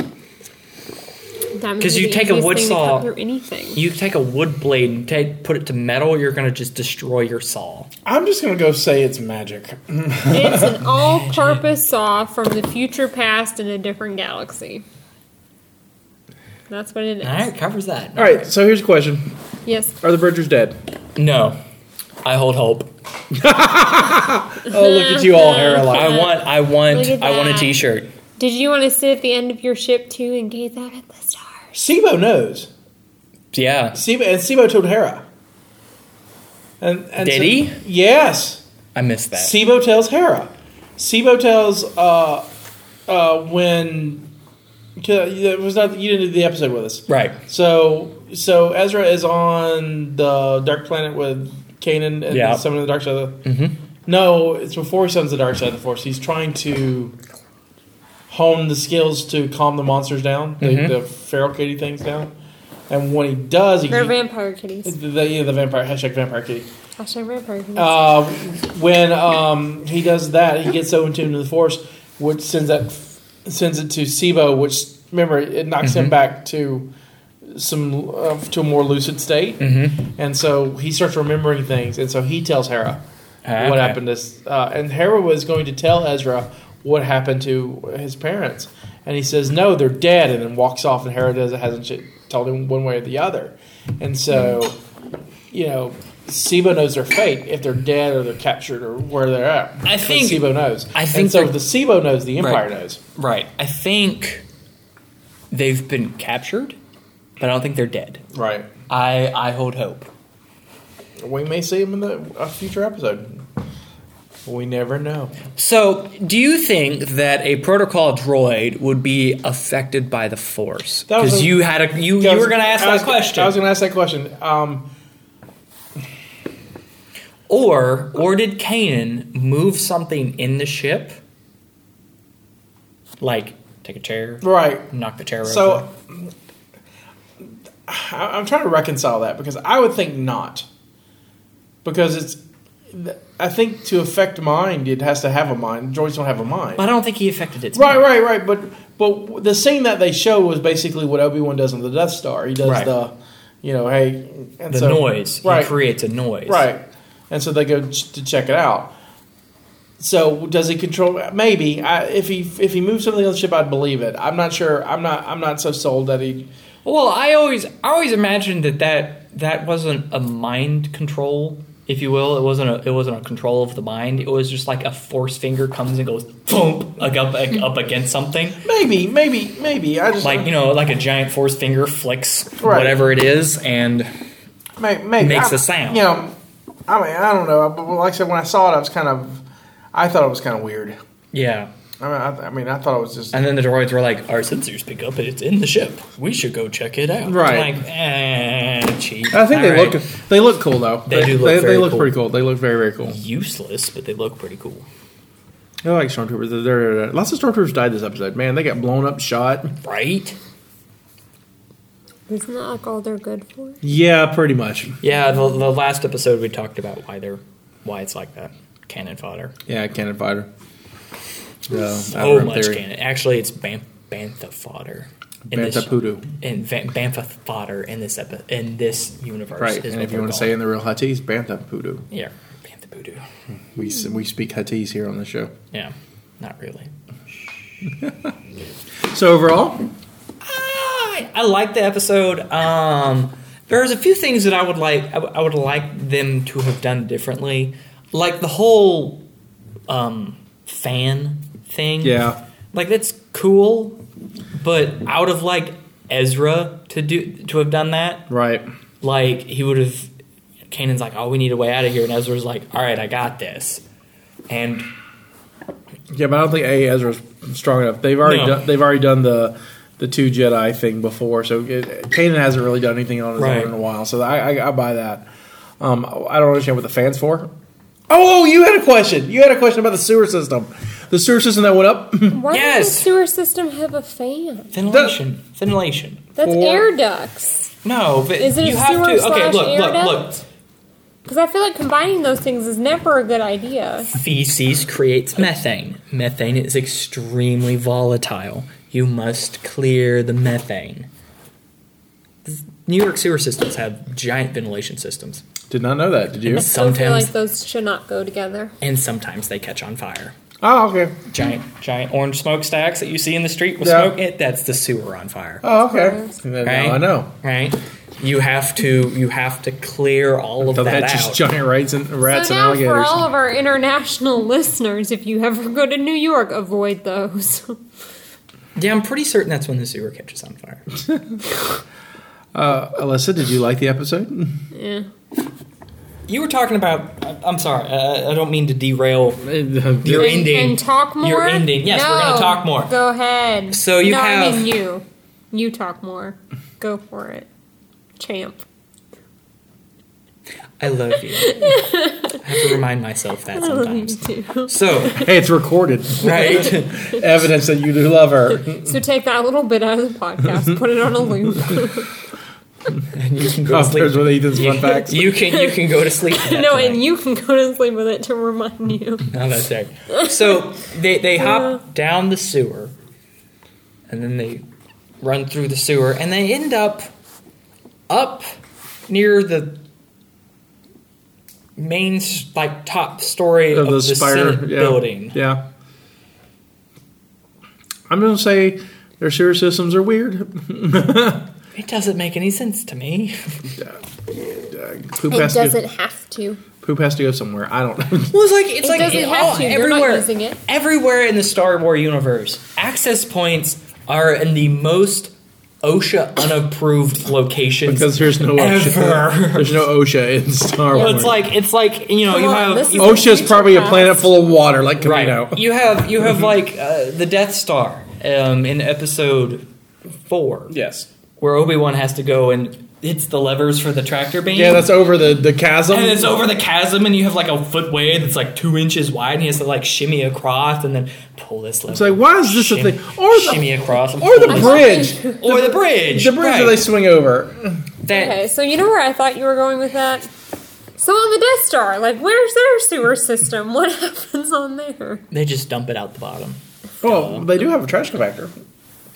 C: Diamonds
B: 'Cause
C: are
B: you
C: the
B: take a
C: easiest
B: wood
C: thing to cut
B: saw-
C: through anything.
B: You take a wood blade and take, put it to metal, you're going to just destroy your saw.
A: I'm just gonna go say it's magic.
C: It's an all-purpose saw from the future past in a different galaxy. That's what it is.
B: All right, covers that.
A: All right, so here's a question:
C: Yes.
A: Are the Vergers dead?
B: No, I hold hope.
A: Oh, look at you all, Harry.
B: I want I want
C: Look at
B: I want a
C: that.
B: T-shirt.
C: Did you want to sit at the end of your ship too and gaze out at the stars?
A: Sibo knows.
B: Yeah.
A: Sibo and Sibo told Hera. And, and
B: Did
A: so-
B: he?
A: Yes.
B: I missed that.
A: Sibo tells Hera. Sibo tells uh, uh, when 'cause it was not you didn't do the episode with us,
B: right.
A: So so Ezra is on the Dark Planet with Kanan and
B: Yeah.
A: some of the Dark Side. Of the, No, it's before he summons the Dark Side of the Force. He's trying to hone the skills to calm the monsters down, the, the feral kitty things down. And when he does, he
C: They're vampire kitties.
A: the, yeah, the vampire hashtag vampire kitty.
C: Hashtag vampire kitties.
A: Uh, when um, he does that, he gets so in tune to the force, which sends that sends it to Sibo, which remember it knocks him back to some uh, to a more lucid state, and so he starts remembering things, and so he tells Hera what
B: Okay.
A: happened to, s- uh, and Hera was going to tell Ezra what happened to his parents, and he says no, they're dead, and then walks off, and Hera does hasn't sh- told him one way or the other, and so you know, Sibo knows their fate if they're dead or they're captured or where they're at.
B: I
A: But
B: think-
A: Sibo knows.
B: I
A: and
B: think
A: so.
B: they're-
A: The Sibo knows. The Empire
B: Right.
A: knows.
B: Right. I think they've been captured, but I don't think they're dead.
A: Right.
B: I I hold hope.
A: We may see him in the a future episode. We never know.
B: So, do you think that a protocol droid would be affected by the force?
A: That was
B: Because
A: a-
B: you had a you,
A: I
B: you
A: was-
B: were going to ask
A: I
B: that
A: was-
B: question,
A: I was going to ask that question. Um,
B: or or did Kanan move something in the ship, like take a chair,
A: right.
B: knock the chair over?
A: So I- I'm trying to reconcile that because I would think not. Because it's, I think to affect mind, it has to have a mind. Droids don't have a mind.
B: But I don't think he affected its
A: Right,
B: mind.
A: right, right. But but the scene that they show was basically what Obi Wan does on the Death Star. He does
B: Right.
A: the, you know, hey, and
B: The
A: so-
B: noise,
A: right,
B: he creates a noise,
A: right. And so they go ch- to check it out. So does he control? Maybe I, if he if he moves something on the ship, I'd believe it. I'm not sure. I'm not. I'm not so sold that he.
B: Well, I always I always imagined that that, that wasn't a mind control, if you will. It wasn't a it wasn't a control of the mind. It was just like a force finger comes and goes thump like up like, up against something.
A: Maybe, maybe, maybe. I just
B: Like, you know, like a giant force finger flicks
A: Right.
B: whatever it is and
A: make, make,
B: Makes
A: I-
B: a sound.
A: You know, I mean, I don't know. But like I said, when I saw it, I was kind of, I thought it was kind of weird.
B: Yeah.
A: I mean, I, th- I, mean, I thought it was just
B: And then the droids were like, our sensors pick up it's in the ship. We should go check it out.
A: Right.
B: Like, eh, cheap.
A: I think
B: All
A: they
B: right.
A: look they look cool though.
B: They do look
A: They,
B: very
A: look
B: cool.
A: pretty cool. They look very very cool.
B: useless, but they look pretty cool.
A: I like stormtroopers. They're- they're- they're- lots of stormtroopers died this episode. Man, they got blown up, shot.
B: Right?
F: Isn't that like all they're good for?
A: Yeah, pretty much.
B: Yeah, the, the last episode we talked about why they're why it's like that. Cannon fodder.
A: Yeah, cannon fighter. Oh,
B: So much cannon. Actually, it's ban- bantha fodder. In this,
A: Banta Pudu.
B: in Va- bantha fodder in this epi- in this universe.
A: Right,
B: is
A: and
B: what
A: if you
B: they're
A: want to say in
B: called.
A: the real Huttese, Banta Pudu.
B: yeah, bantha voodoo.
A: We s- we speak Huttese here on the show.
B: Yeah, not really.
A: So overall,
B: I, I like the episode. Um, there's a few things that I would like. I, w- I would like them to have done differently, like the whole um, fan thing.
A: Yeah.
B: like that's cool, but I would have liked Ezra to do to have done that.
A: right?
B: Like he would have. Kanan's like, "Oh, we need a way out of here," and Ezra's like, "All right, I got this." And
A: Yeah, but I don't think A Ezra's strong enough. They've already
B: No.
A: done, they've already done the the two Jedi thing before, so it, Kanan hasn't really done anything on his
B: Right.
A: own in a while. So I, I, I buy that. Um, I don't understand what the fans for. Oh, you had a question. You had a question about the sewer system. The sewer system that went up.
F: Why does
B: Yes.
F: the sewer system have a fan?
B: ventilation, ventilation.
F: That's
A: Or-
F: air ducts.
B: No, but
F: Is it
B: you
F: a
B: have
F: sewer
B: to. Okay,
F: slash
B: look,
F: air
B: look,
F: duct?
B: look.
F: Because I feel like combining those things is never a good idea.
B: feces creates methane. Methane is extremely volatile. You must clear the methane. New York sewer systems have giant ventilation systems.
A: Did not know that. Did you?
F: I feel
B: Sometimes
F: like those should not go together.
B: and sometimes they catch on fire.
A: Oh, okay.
B: Giant giant orange smokestacks that you see in the street with
A: Yeah.
B: smoke in it, that's the sewer on fire.
A: Oh, okay. Now I know.
B: Right? You have to you have to clear all of
A: So
B: that
A: that's
B: out.
A: just giant rats and rats
F: so
A: and
F: now for
A: alligators.
F: all of our international listeners, if you ever go to New York, avoid those.
B: yeah, I'm pretty certain that's when the sewer catches on fire.
A: Uh, Alyssa, did you like the episode?
F: yeah.
B: You were talking about. I- I'm sorry. I, I don't mean to derail your
F: and,
B: ending.
F: and talk more.
B: Your ending. Yes, we're gonna
F: No,
B: talk more.
F: Go ahead.
B: So you
F: no, I
B: have-
F: mean you. You talk more. Go for it, champ.
B: I love you. I have to remind myself that
F: I love you
B: sometimes.
F: too.
B: So
A: hey, it's recorded.
B: right.
A: Evidence that you do love her.
F: So take that little bit out of the podcast, put it on a loop.
B: you can go
A: Oh,
B: to
A: there's
B: sleep.
A: with Ethan's
B: You,
A: fun facts.
B: you can you can go to sleep.
F: no, and you can go to sleep with it to remind you.
B: No, Oh, that's right. So they they hop down the sewer, and then they run through the sewer, and they end up up near the main s- like top story of,
A: of the
B: the
A: spider
B: Senate
A: yeah.
B: building.
A: Yeah. I'm going to say their sewer systems are weird.
B: It doesn't make any sense to me.
A: Poop has, to go,
F: have to.
A: poop has to go somewhere. I don't know.
B: Well, it's like it's
F: It
B: like
F: doesn't have
B: all-
F: to. You're
B: everywhere,
F: not using it.
B: everywhere in the Star Wars universe, access points are in the most OSHA unapproved locations
A: because there's no OSHA.
B: Ever.
A: There's no OSHA in Star
B: Well,
A: Wars.
B: it's like it's like you know
F: Come
B: you
F: on,
B: have
F: this
B: you,
F: is-
A: OSHA's probably a planet full of water, like
B: right
A: Camino.
B: you have you have like uh, the Death Star um, in Episode Four
A: Yes.
B: where Obi Wan has to go and hits the levers for the tractor beam.
A: Yeah, that's over the, the chasm.
B: and it's over the chasm, and you have like a footway that's like two inches wide, and he has to like shimmy across and then pull this lever.
A: It's like, why is this a
B: shimmy,
A: thing? Or
B: shimmy
A: the,
B: across, and
A: or
B: pull
A: the
B: it.
A: bridge.
B: or the bridge,
A: The bridge that they swing over.
B: that
F: Okay, so you know where I thought you were going with that? So on the Death Star, like, where's their sewer system? What happens on there?
B: they just dump it out the bottom.
A: Well, they do have a trash compactor.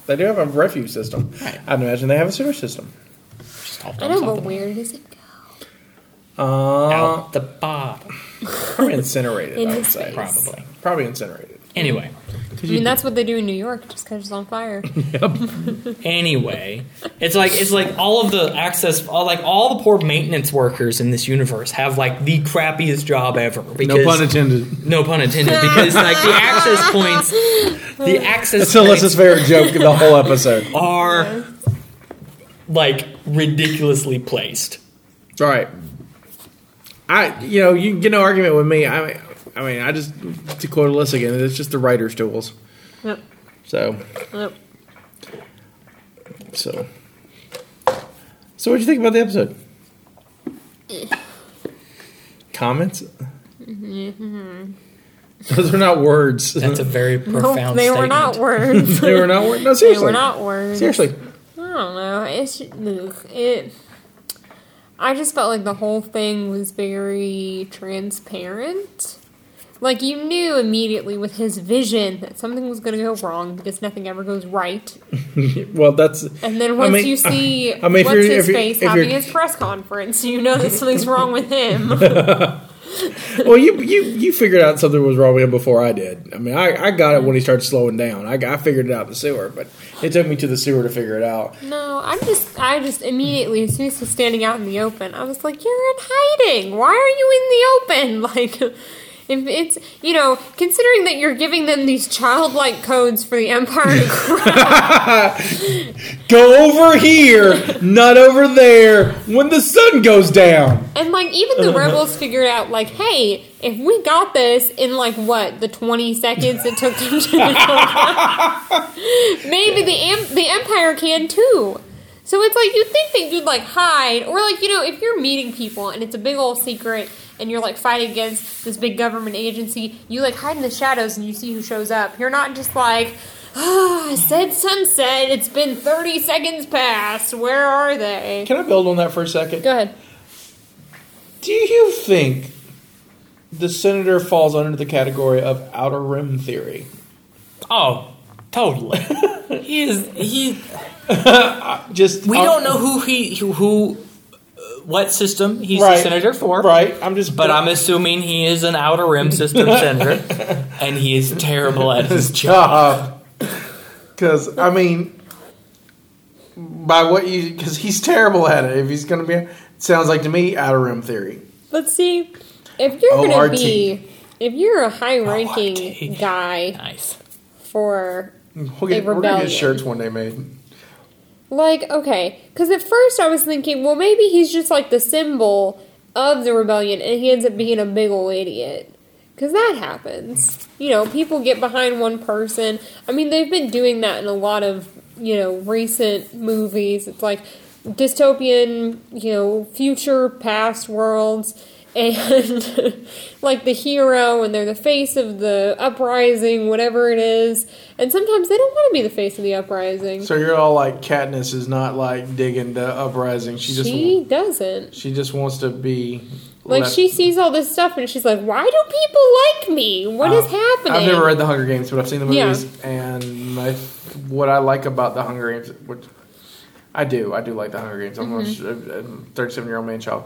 A: They do have a refuse system. I'd imagine they have a sewer system.
B: Just all
F: I
B: dumps
F: know,
B: out,
F: but
B: the,
F: where does it go?
A: Uh,
B: out the bottom,
A: probably incinerated,
F: In
A: I would
F: his
A: say.
F: face.
B: probably.
A: Probably incinerated.
B: Anyway,
F: I mean, that's what they do in New York. Just catches on fire.
B: anyway, it's like it's like all of the access, all like all the poor maintenance workers in this universe have like the crappiest job ever. Because,
A: intended.
B: no pun intended. Because like the access points, the access
A: That's Alyssa's
B: points
A: favorite joke of the whole episode.
B: are like ridiculously placed.
A: All right. I you know you can get no argument with me. I mean, I mean I just to quote Alyssa again, it's just the writer's tools.
C: Yep.
A: So
C: Yep.
A: so so what do you think about the episode? Comments? Those are not words.
B: That's a very
C: No,
B: profound
C: they
B: statement.
C: were not words.
A: they were not words. No,
C: they
A: seriously.
C: were not words.
A: Seriously.
C: I don't know. It's ugh, it. I just felt like the whole thing was very transparent. Like you knew immediately with his vision that something was going to go wrong because nothing ever goes right.
A: Well, that's
C: And then once
A: mean-
C: you see
A: I mean, if
C: what's
A: you're- if
C: his
A: you're-
C: face
A: if
C: having
A: you're-
C: his press conference, you know that something's wrong with him.
A: well. You you you figured out something was wrong with him before I did. I mean, I, I got it when he started slowing down. I, I figured it out in the sewer, but it took me to the sewer to figure it out.
C: No, I'm just, I just immediately, as soon as he's standing out in the open, I was like, you're in hiding. Why are you in the open? Like, if it's, you know, considering that you're giving them these childlike codes for the Empire to crack,
A: Go over here, not over there. When the sun goes down,
C: and like, even the rebels figured out, like, hey, if we got this in like what the 20 seconds it took them to maybe the em- the Empire can too. So it's like you'd think that you'd like hide, or like you know, if you're meeting people and it's a big old secret, and you're like fighting against this big government agency, you like hide in the shadows and you see who shows up. You're not just like, ah, I said sunset. It's been thirty seconds past. Where are they?
A: can I build on that for a second?
C: Go ahead.
A: Do you think the senator falls under the category of outer rim theory?
B: Oh, totally. he is. He. oh.
A: Just
B: We
A: uh,
B: don't know who he who, who uh, what system he's
A: Right.
B: a senator for.
A: right. I'm just
B: But I'm assuming he is an outer rim system senator, and he is terrible at his job.
A: job. Because I mean, by what you, because he's terrible at it. If he's going to be, sounds like to me outer rim theory.
C: Let's see. If you're
A: ORT.
C: gonna be, if you're a high-ranking
B: ORT.
C: guy
B: Nice.
C: for
A: We'll get,
C: A
A: we're gonna
C: rebellion.
A: get shirts one day made.
C: Like, okay. Because at first I was thinking, well, maybe he's just like the symbol of the rebellion and he ends up being a big ol' idiot. Because that happens. You know, people get behind one person. I mean, they've been doing that in a lot of, you know, recent movies. It's like dystopian, you know, future, past worlds. And like the hero, and they're the face of the uprising, whatever it is. And sometimes they don't want to be the face of the uprising.
A: So you're all like, Katniss is not like digging the uprising. She just
C: she doesn't.
A: she just wants to be
C: Like
A: left-
C: she sees all this stuff and she's like, "Why do people like me? What is
A: Uh,
C: happening?"
A: I've never read the Hunger Games, but I've seen the
C: Yeah.
A: movies, and my, what I like about the Hunger Games, which I do, I do like the Hunger Games. I'm
C: Mm-hmm.
A: a thirty-seven-year-old man child,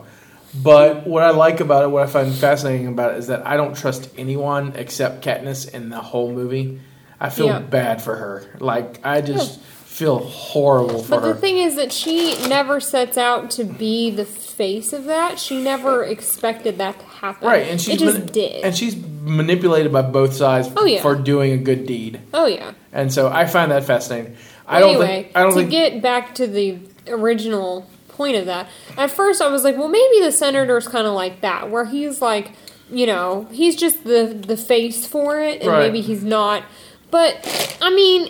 A: but what I like about it, what I find fascinating about it, is that I don't trust anyone except Katniss in the whole movie. I feel
C: Yeah.
A: bad for her. Like I just feel horrible for
C: But
A: her.
C: the thing is that she never sets out to be the face of that. She never expected that to happen.
A: Right, and she's
C: it just
A: mani-
C: did.
A: and she's manipulated by both sides
C: Oh, yeah.
A: for doing a good deed,
C: oh yeah.
A: and so I find that fascinating. I don't
C: anyway,
A: think I don't
C: to
A: think
C: get back to the original point of that, at first I was like, well, maybe the senator's kind of like that, where he's like, you know, he's just the the face for it, and
A: Right.
C: maybe he's not. But I mean,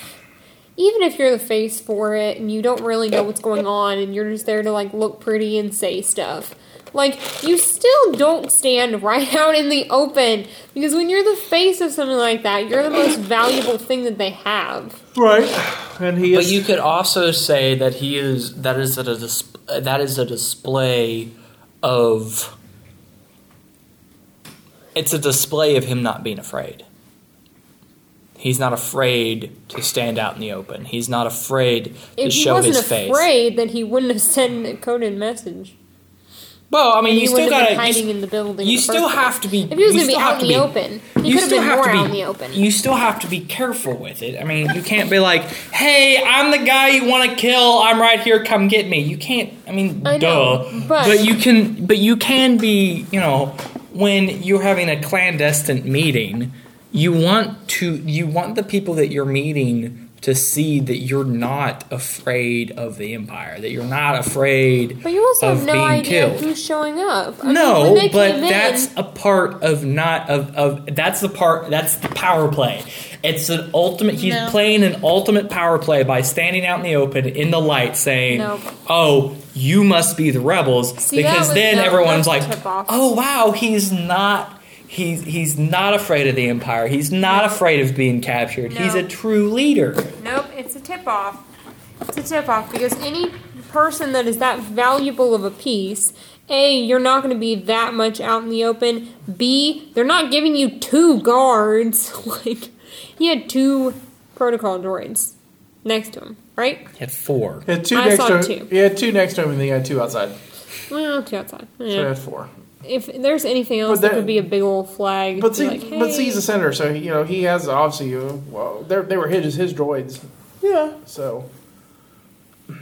C: even if you're the face for it and you don't really know what's going on, and you're just there to like look pretty and say stuff. Like, you still don't stand right out in the open because when you're the face of something like that, you're the most valuable thing that they have.
A: Right, and he
B: But
A: is.
B: you could also say that he is that is a dis- that is a display of it's a display of him not being afraid. He's not afraid to stand out in the open. He's not afraid to
C: if he
B: show
C: wasn't
B: his face.
C: afraid, then he wouldn't have sent a coded message.
B: Well, I mean,
C: And
B: you
C: he
B: still
C: wouldn't
B: got
C: have
B: to
C: been hiding in the building.
B: you
C: in the
B: still
C: first
B: have
C: place.
B: to be.
C: If he was
B: you
C: going to be
B: still
C: out
B: have
C: in
B: be-
C: the open, he
B: you
C: could have
B: still
C: been
B: have
C: more
B: to be.
C: out in the open.
B: You still have to be careful with it. I mean, you can't be like, "Hey, I'm the guy you want to kill. I'm right here. Come get me." You can't. I mean,
C: I know,
B: duh.
C: but-
B: you can. But you can be. You know, when you're having a clandestine meeting, you want to. You want the people that you're meeting to see that you're not afraid of the empire, that you're not afraid
C: But you also
B: of
C: have no
B: being
C: idea
B: killed.
C: who's showing up. I mean, when
B: No,
C: they
B: but
C: came in-
B: that's a part of not of, of that's the part that's the power play. It's an ultimate. He's
C: No.
B: playing an ultimate power play by standing out in the open in the light, saying,
C: Nope.
B: "Oh, you must be the rebels,"
C: See, that
B: because
C: was-
B: then
C: that-
B: everyone's like,
C: that's the tip-off.
B: "Oh wow, he's not." He's, he's not afraid of the empire. He's not afraid of being captured. He's
C: No.
B: a true leader.
C: Nope, it's a tip off. It's a tip off because any person that is that valuable of a piece, A, you're not going to be that much out in the open. B, they're not giving you two guards. like, he had two protocol droids next to him, right?
B: At four.
A: He had two
C: I
A: next
C: saw
A: to him.
C: two.
A: He had two next to him, and then he had two outside.
C: Well, two outside.
A: So he
C: Yeah.
A: had four.
C: If there's anything else,
A: But
C: that
A: that-
C: would be a big old flag.
A: But
C: Be
A: see,
C: like,
A: but see,
C: "Hey."
A: he's a senator, so you know he has obviously. You well, they're- they were his his droids. Yeah. So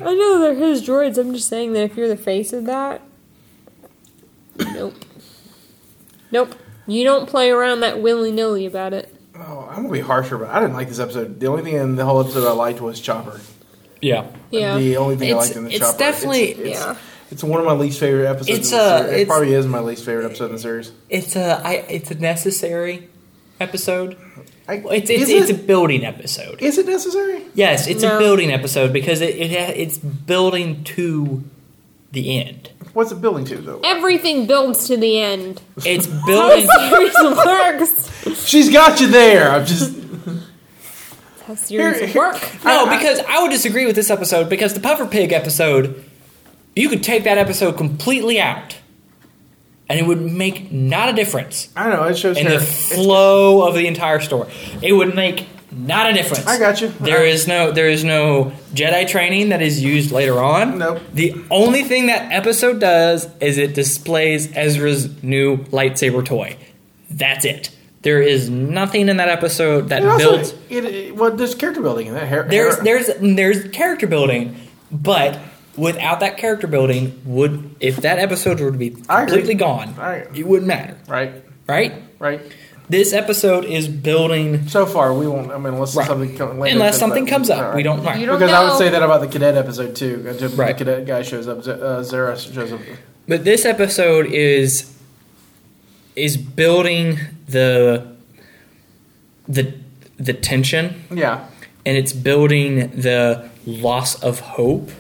C: I know they're his droids. I'm just saying that if you're the face of that, nope, nope. You don't play around that willy nilly about it.
A: oh, I'm gonna be harsher, but I didn't like this episode. The only thing in the whole episode I liked was Chopper.
B: Yeah.
C: Yeah,
A: The only thing I
B: It's-
A: liked in the
B: it's
A: Chopper.
B: definitely-
A: It's, it's,
C: yeah. uh,
A: it's one of my least favorite episodes.
B: It's
A: in the
B: a-
A: series. It
B: it's-
A: probably is my least favorite episode in the series.
B: It's a I, it's a necessary episode.
A: I,
B: It's it's,
A: is
B: it's a
A: it,
B: building episode.
A: is it necessary?
B: Yes, it's
C: No.
B: a building episode because it, it ha- it's building to the end.
A: What's it building to though?
C: Everything builds to the end.
B: It's building.
C: Series works.
A: She's got you there. I'm just
C: How series
A: Here-
C: work.
B: no, because I would disagree with this episode because the puffer pig episode, you could take that episode completely out, and it would make not a difference
A: I don't know. It shows
B: in
A: her.
B: the flow of the entire story. It would make not a difference.
A: I got you.
B: There is no there is no Jedi training that is used later on.
A: Nope.
B: The only thing that episode does is it displays Ezra's new lightsaber toy. That's it. There is nothing in that episode that
A: It also-
B: builds
A: it, it, well, there's character building in that. Her,
B: there's
A: her-
B: there's there's character building, but without that character building would if that episode were to be
A: I agree.
B: completely gone,
A: I agree.
B: it wouldn't matter.
A: right,
B: Right?
A: right.
B: This episode is building
A: So far, we won't. I mean, unless
B: Right.
A: something comes later
B: unless
A: says
B: something
A: that-
B: comes up.
A: all right.
B: We don't know.
C: You don't
A: Because I would
C: know.
A: say that about the cadet episode too. Until
B: Right.
A: the cadet guy shows up, Z- uh, Zara shows up.
B: But this episode is is building the the the tension
A: Yeah,
B: and it's building the loss of hope.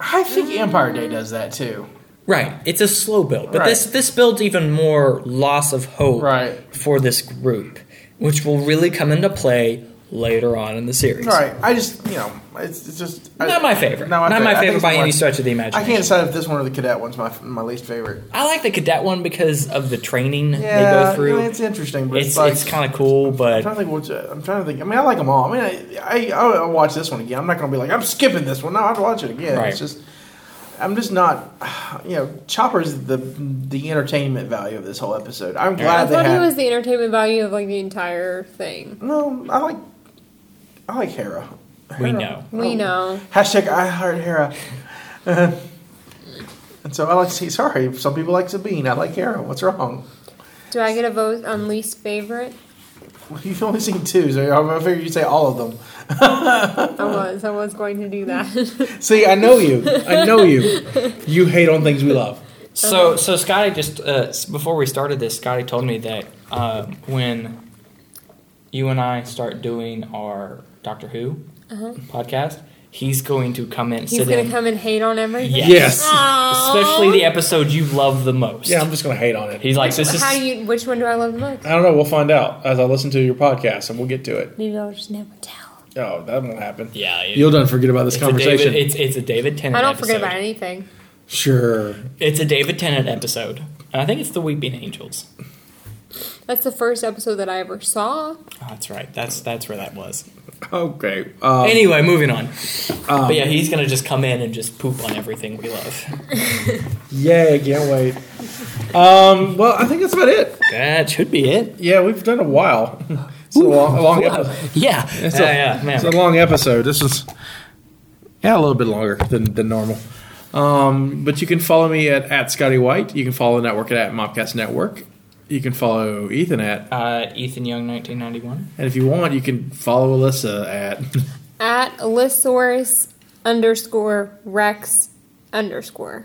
A: I think Empire Day does that too.
B: Right. It's a slow build. But
A: Right.
B: this this builds even more loss of hope
A: Right.
B: for this group, which will really come into play later on in the series.
A: All right, I just you know, it's, it's just I-
B: Not my favorite.
A: No,
B: Not,
A: I think-
B: my
A: I think
B: favorite
A: it's
B: by
A: more-
B: any stretch of the
A: I
B: imagination.
A: can't decide if this one or the cadet one's my my least favorite.
B: I like the cadet one because of the training
A: Yeah,
B: they go through.
A: I mean, it's interesting, but it's,
B: it's
A: like
B: it's kind of cool, but
A: I'm trying to think. What's, uh, I'm trying to think. I mean, I like them all. I mean, I, I I'll watch this one again. I'm not going to be like I'm skipping this one. No, I'll watch it again.
B: Right.
A: It's just I'm just not. You know, Chopper's the the entertainment value of this whole episode. I'm glad
C: I
A: they
C: thought he
A: had.
C: was the entertainment value of like the entire thing.
A: no, I like I like Hera.
B: we know.
A: Oh.
C: We know.
A: Hashtag I heart Hera. Uh, and so I like. See, sorry, some people like Sabine. I like Hera. What's wrong?
C: Do I get a vote on least favorite?
A: Well, You've only seen two, so I figure you would say all of them. Uh-huh.
C: I was. I was going to do that.
A: See, I know you. I know you. You hate on things we love.
B: So, so Scotty just uh, s- before we started this, Scotty told me that uh, when you and I start doing our Doctor Who podcast, he's going to come in,
C: Uh-huh. He's
B: sit
C: going
B: in,
C: to come and hate on everything.
B: Yes.
A: Yes.
B: especially the episode you love the most.
A: Yeah, I'm just gonna hate on it.
B: he's like, this is
C: How do you? Which one do I love the most?
A: I don't know. We'll find out as I listen to your podcast, and we'll get to it.
C: Maybe I'll just never tell.
A: Oh, that won't happen.
B: yeah. It,
A: You'll done forget about this
B: it's a
A: conversation.
B: David, it's it's a David Tennant.
C: I don't
B: episode.
C: forget about anything.
A: sure.
B: It's a David Tennant episode. And I think it's the Weeping Angels.
C: That's the first episode that I ever saw.
B: Oh, that's right. That's that's where that was.
A: Okay. Um,
B: Anyway, moving on. but yeah, he's gonna just come in and just poop on everything we love.
A: yay! Can't wait. Um, well, I think that's about it.
B: That should be it.
A: Yeah, we've done a while. It's a long, a long episode.
B: Yeah.
A: It's
B: yeah,
A: a-
B: yeah, man.
A: It's a long episode. This is yeah, a little bit longer than, than normal. Um, but you can follow me at, at Scotty White. You can follow the network at, at Mobcast Network. You can follow Ethan at,
B: Uh, Ethan Young, 1991.
A: and if you want, you can follow Alyssa at.
C: At Allosaurus underscore Rex underscore.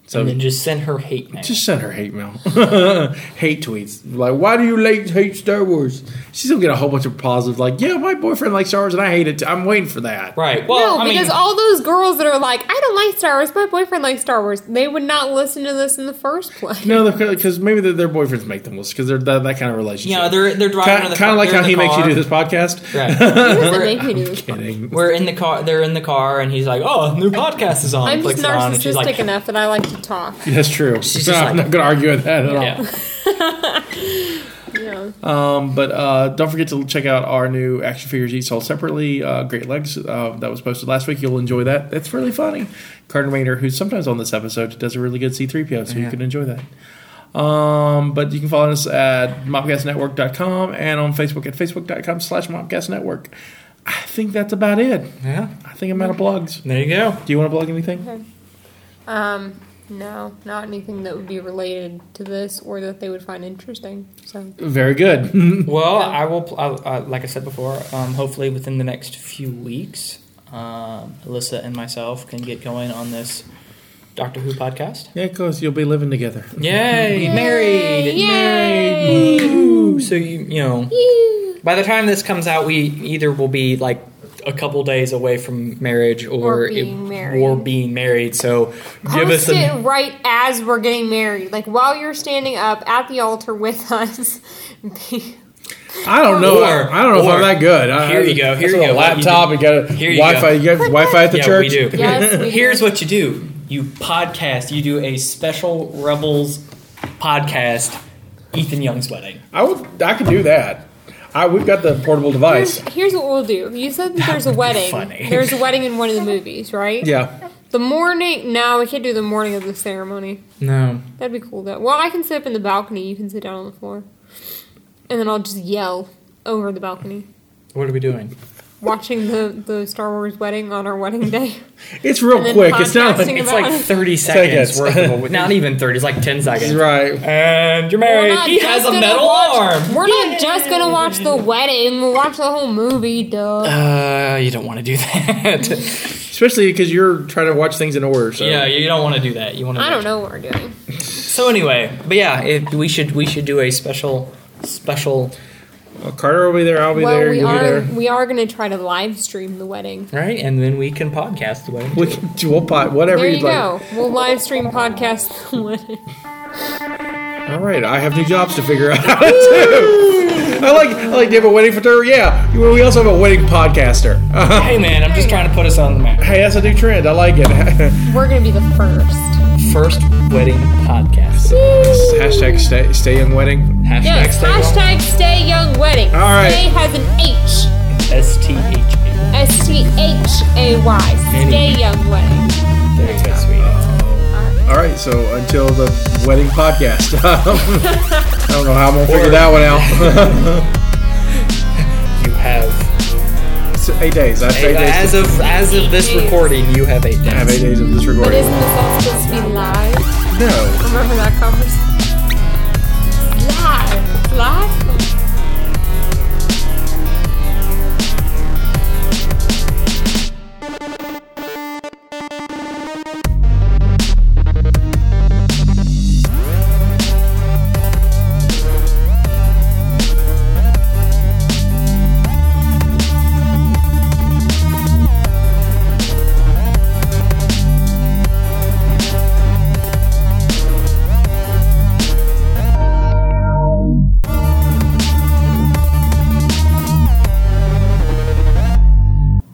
B: and
A: So
B: then just send her hate mail.
A: just send her hate mail, hate tweets. Like, why do you late hate Star Wars? She's gonna get a whole bunch of positives. Like, yeah, my boyfriend likes Star Wars, and I hate it. Too. I'm waiting for that.
B: right. Well,
C: no,
B: I
C: because
B: mean,
C: all those girls that are like, I don't like Star Wars, my boyfriend likes Star Wars, they would not listen to this in the first place.
A: No, because maybe their, their boyfriends make them listen because they're that, that kind of relationship.
B: you know, they're they're driving. in
A: kind,
B: the
A: kind
B: car-
A: of like
B: they're
A: how
B: in the
A: he makes you
B: car.
A: do this podcast.
B: Right.
C: It doesn't make me do this.
A: Kidding.
B: We're in the car. They're in the car, and he's like, "Oh, new podcast is on."
C: I'm
B: Flicks
C: just
B: it on, and she's
C: narcissistic
B: like,
C: enough that I like to talk.
A: That's true.
B: She's
A: No,
B: just
A: I'm
B: like-
A: not going to argue with that at
B: Yeah.
C: Yeah.
A: all. Um, but uh, don't forget to check out our new action figures each sold separately. Uh, Great Legs uh, that was posted last week. You'll enjoy that. That's really funny. Carter Maynard, who's sometimes on this episode, does a really good C3PO, so you can enjoy that. Um, but you can follow us at mopcastnetwork.com and on Facebook at facebook.com slash mopcastnetwork. I think that's about it.
B: Yeah.
A: I think I'm out of blogs.
B: There you go.
A: Do you want to blog anything?
C: Um, no, not anything that would be related to this or that they would find interesting. So
A: Very good.
B: Well, I will. Pl- I, I, like I said before, um, hopefully within the next few weeks, um, Alyssa and myself can get going on this Doctor Who podcast.
A: yeah, because you'll be living together.
B: Yay! Married.
C: Yay!
B: Ooh, so you you know, by the time this comes out, we either will be like a couple days away from marriage or
C: Or being
B: it-
C: married.
B: or being married. So give us
C: Post
B: a
C: it right as we're getting married, like while you're standing up at the altar with us. Be-
A: I don't know.
B: Or-
A: I don't know if
B: or-
A: I'm that good. I,
B: here you go,
A: I-
B: here
A: I
B: you
A: got
B: go.
A: A laptop. You got a
B: Here you
A: Wi-Fi.
B: go.
A: You got Wi-Fi at the
B: yeah,
A: church.
B: we do.
C: Yes, we do.
B: Here's what you do: you podcast. You do a special Rebels podcast. Ethan Young's wedding.
A: I would. I could do that. I we've got the portable device.
C: Here's what we'll do. You said that there's a wedding.
B: funny.
C: There's a wedding in one of the movies, right?
A: Yeah.
C: The morning. No, we can't do the morning of the ceremony.
B: No.
C: That'd be cool though. Well, I can sit up in the balcony. You can sit down on the floor, and then I'll just yell over the balcony,
B: What are we doing?
C: watching the the Star Wars wedding on our wedding day.
A: It's real
C: And then
A: quick. It's not
C: podcasting
A: like
B: It's like
C: About-
B: 30
A: Seconds.
B: seconds worth of a, not even 30, it's like 10 seconds.
A: right.
B: And you're
C: We're
B: married.
C: not
B: He
C: just
B: has a
C: gonna
B: metal
C: watch-
B: arm.
C: We're not just gonna watch the wedding. We'll watch the whole movie, duh.
B: Uh, you don't want to do that.
A: Especially because you're trying to watch things in order. So
B: yeah, you don't want to do that. You want to.
C: I don't know what we're doing.
B: So anyway, but yeah, it, we should we should do a special special
A: Well, uh, Carter will be there. I'll be
C: well,
A: there.
C: we
A: You'll be
C: are
A: there.
C: we are gonna try to live stream the wedding.
B: right, and then we can podcast the way.
A: We can do a pot. Whatever
C: There
A: you'd
C: you
A: like.
C: go. We'll live stream podcast the wedding.
A: All right, I have new jobs to figure out how to do. I like, I like. Do you have a wedding photographer? Yeah. We also have a wedding podcaster.
B: Hey man, I'm just trying to put us on the map.
A: hey, that's a new trend. I like it.
C: We're gonna be the first.
B: First wedding podcast.
A: Hashtag stay, stay young wedding.
B: Hashtag
C: Yes.
B: stay
C: Hashtag stay young wedding.
A: All right.
C: Stay has an H.
B: S T H E. A.
C: S T H A Y. Stay young wedding.
B: There you go, sweetie.
A: All right, so until the wedding podcast. I don't know how I'm gonna figure that one out.
B: You have
A: It's eight days. I have eight days.
B: as
A: to-
B: of as of this recording, you have eight
A: I have eight
B: days.
A: days of this
C: But
A: recording.
C: isn't this all supposed to be live?
A: No,
C: Remember that conversation? Live. Live.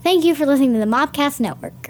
F: Thank you for listening to the Mobcast Network.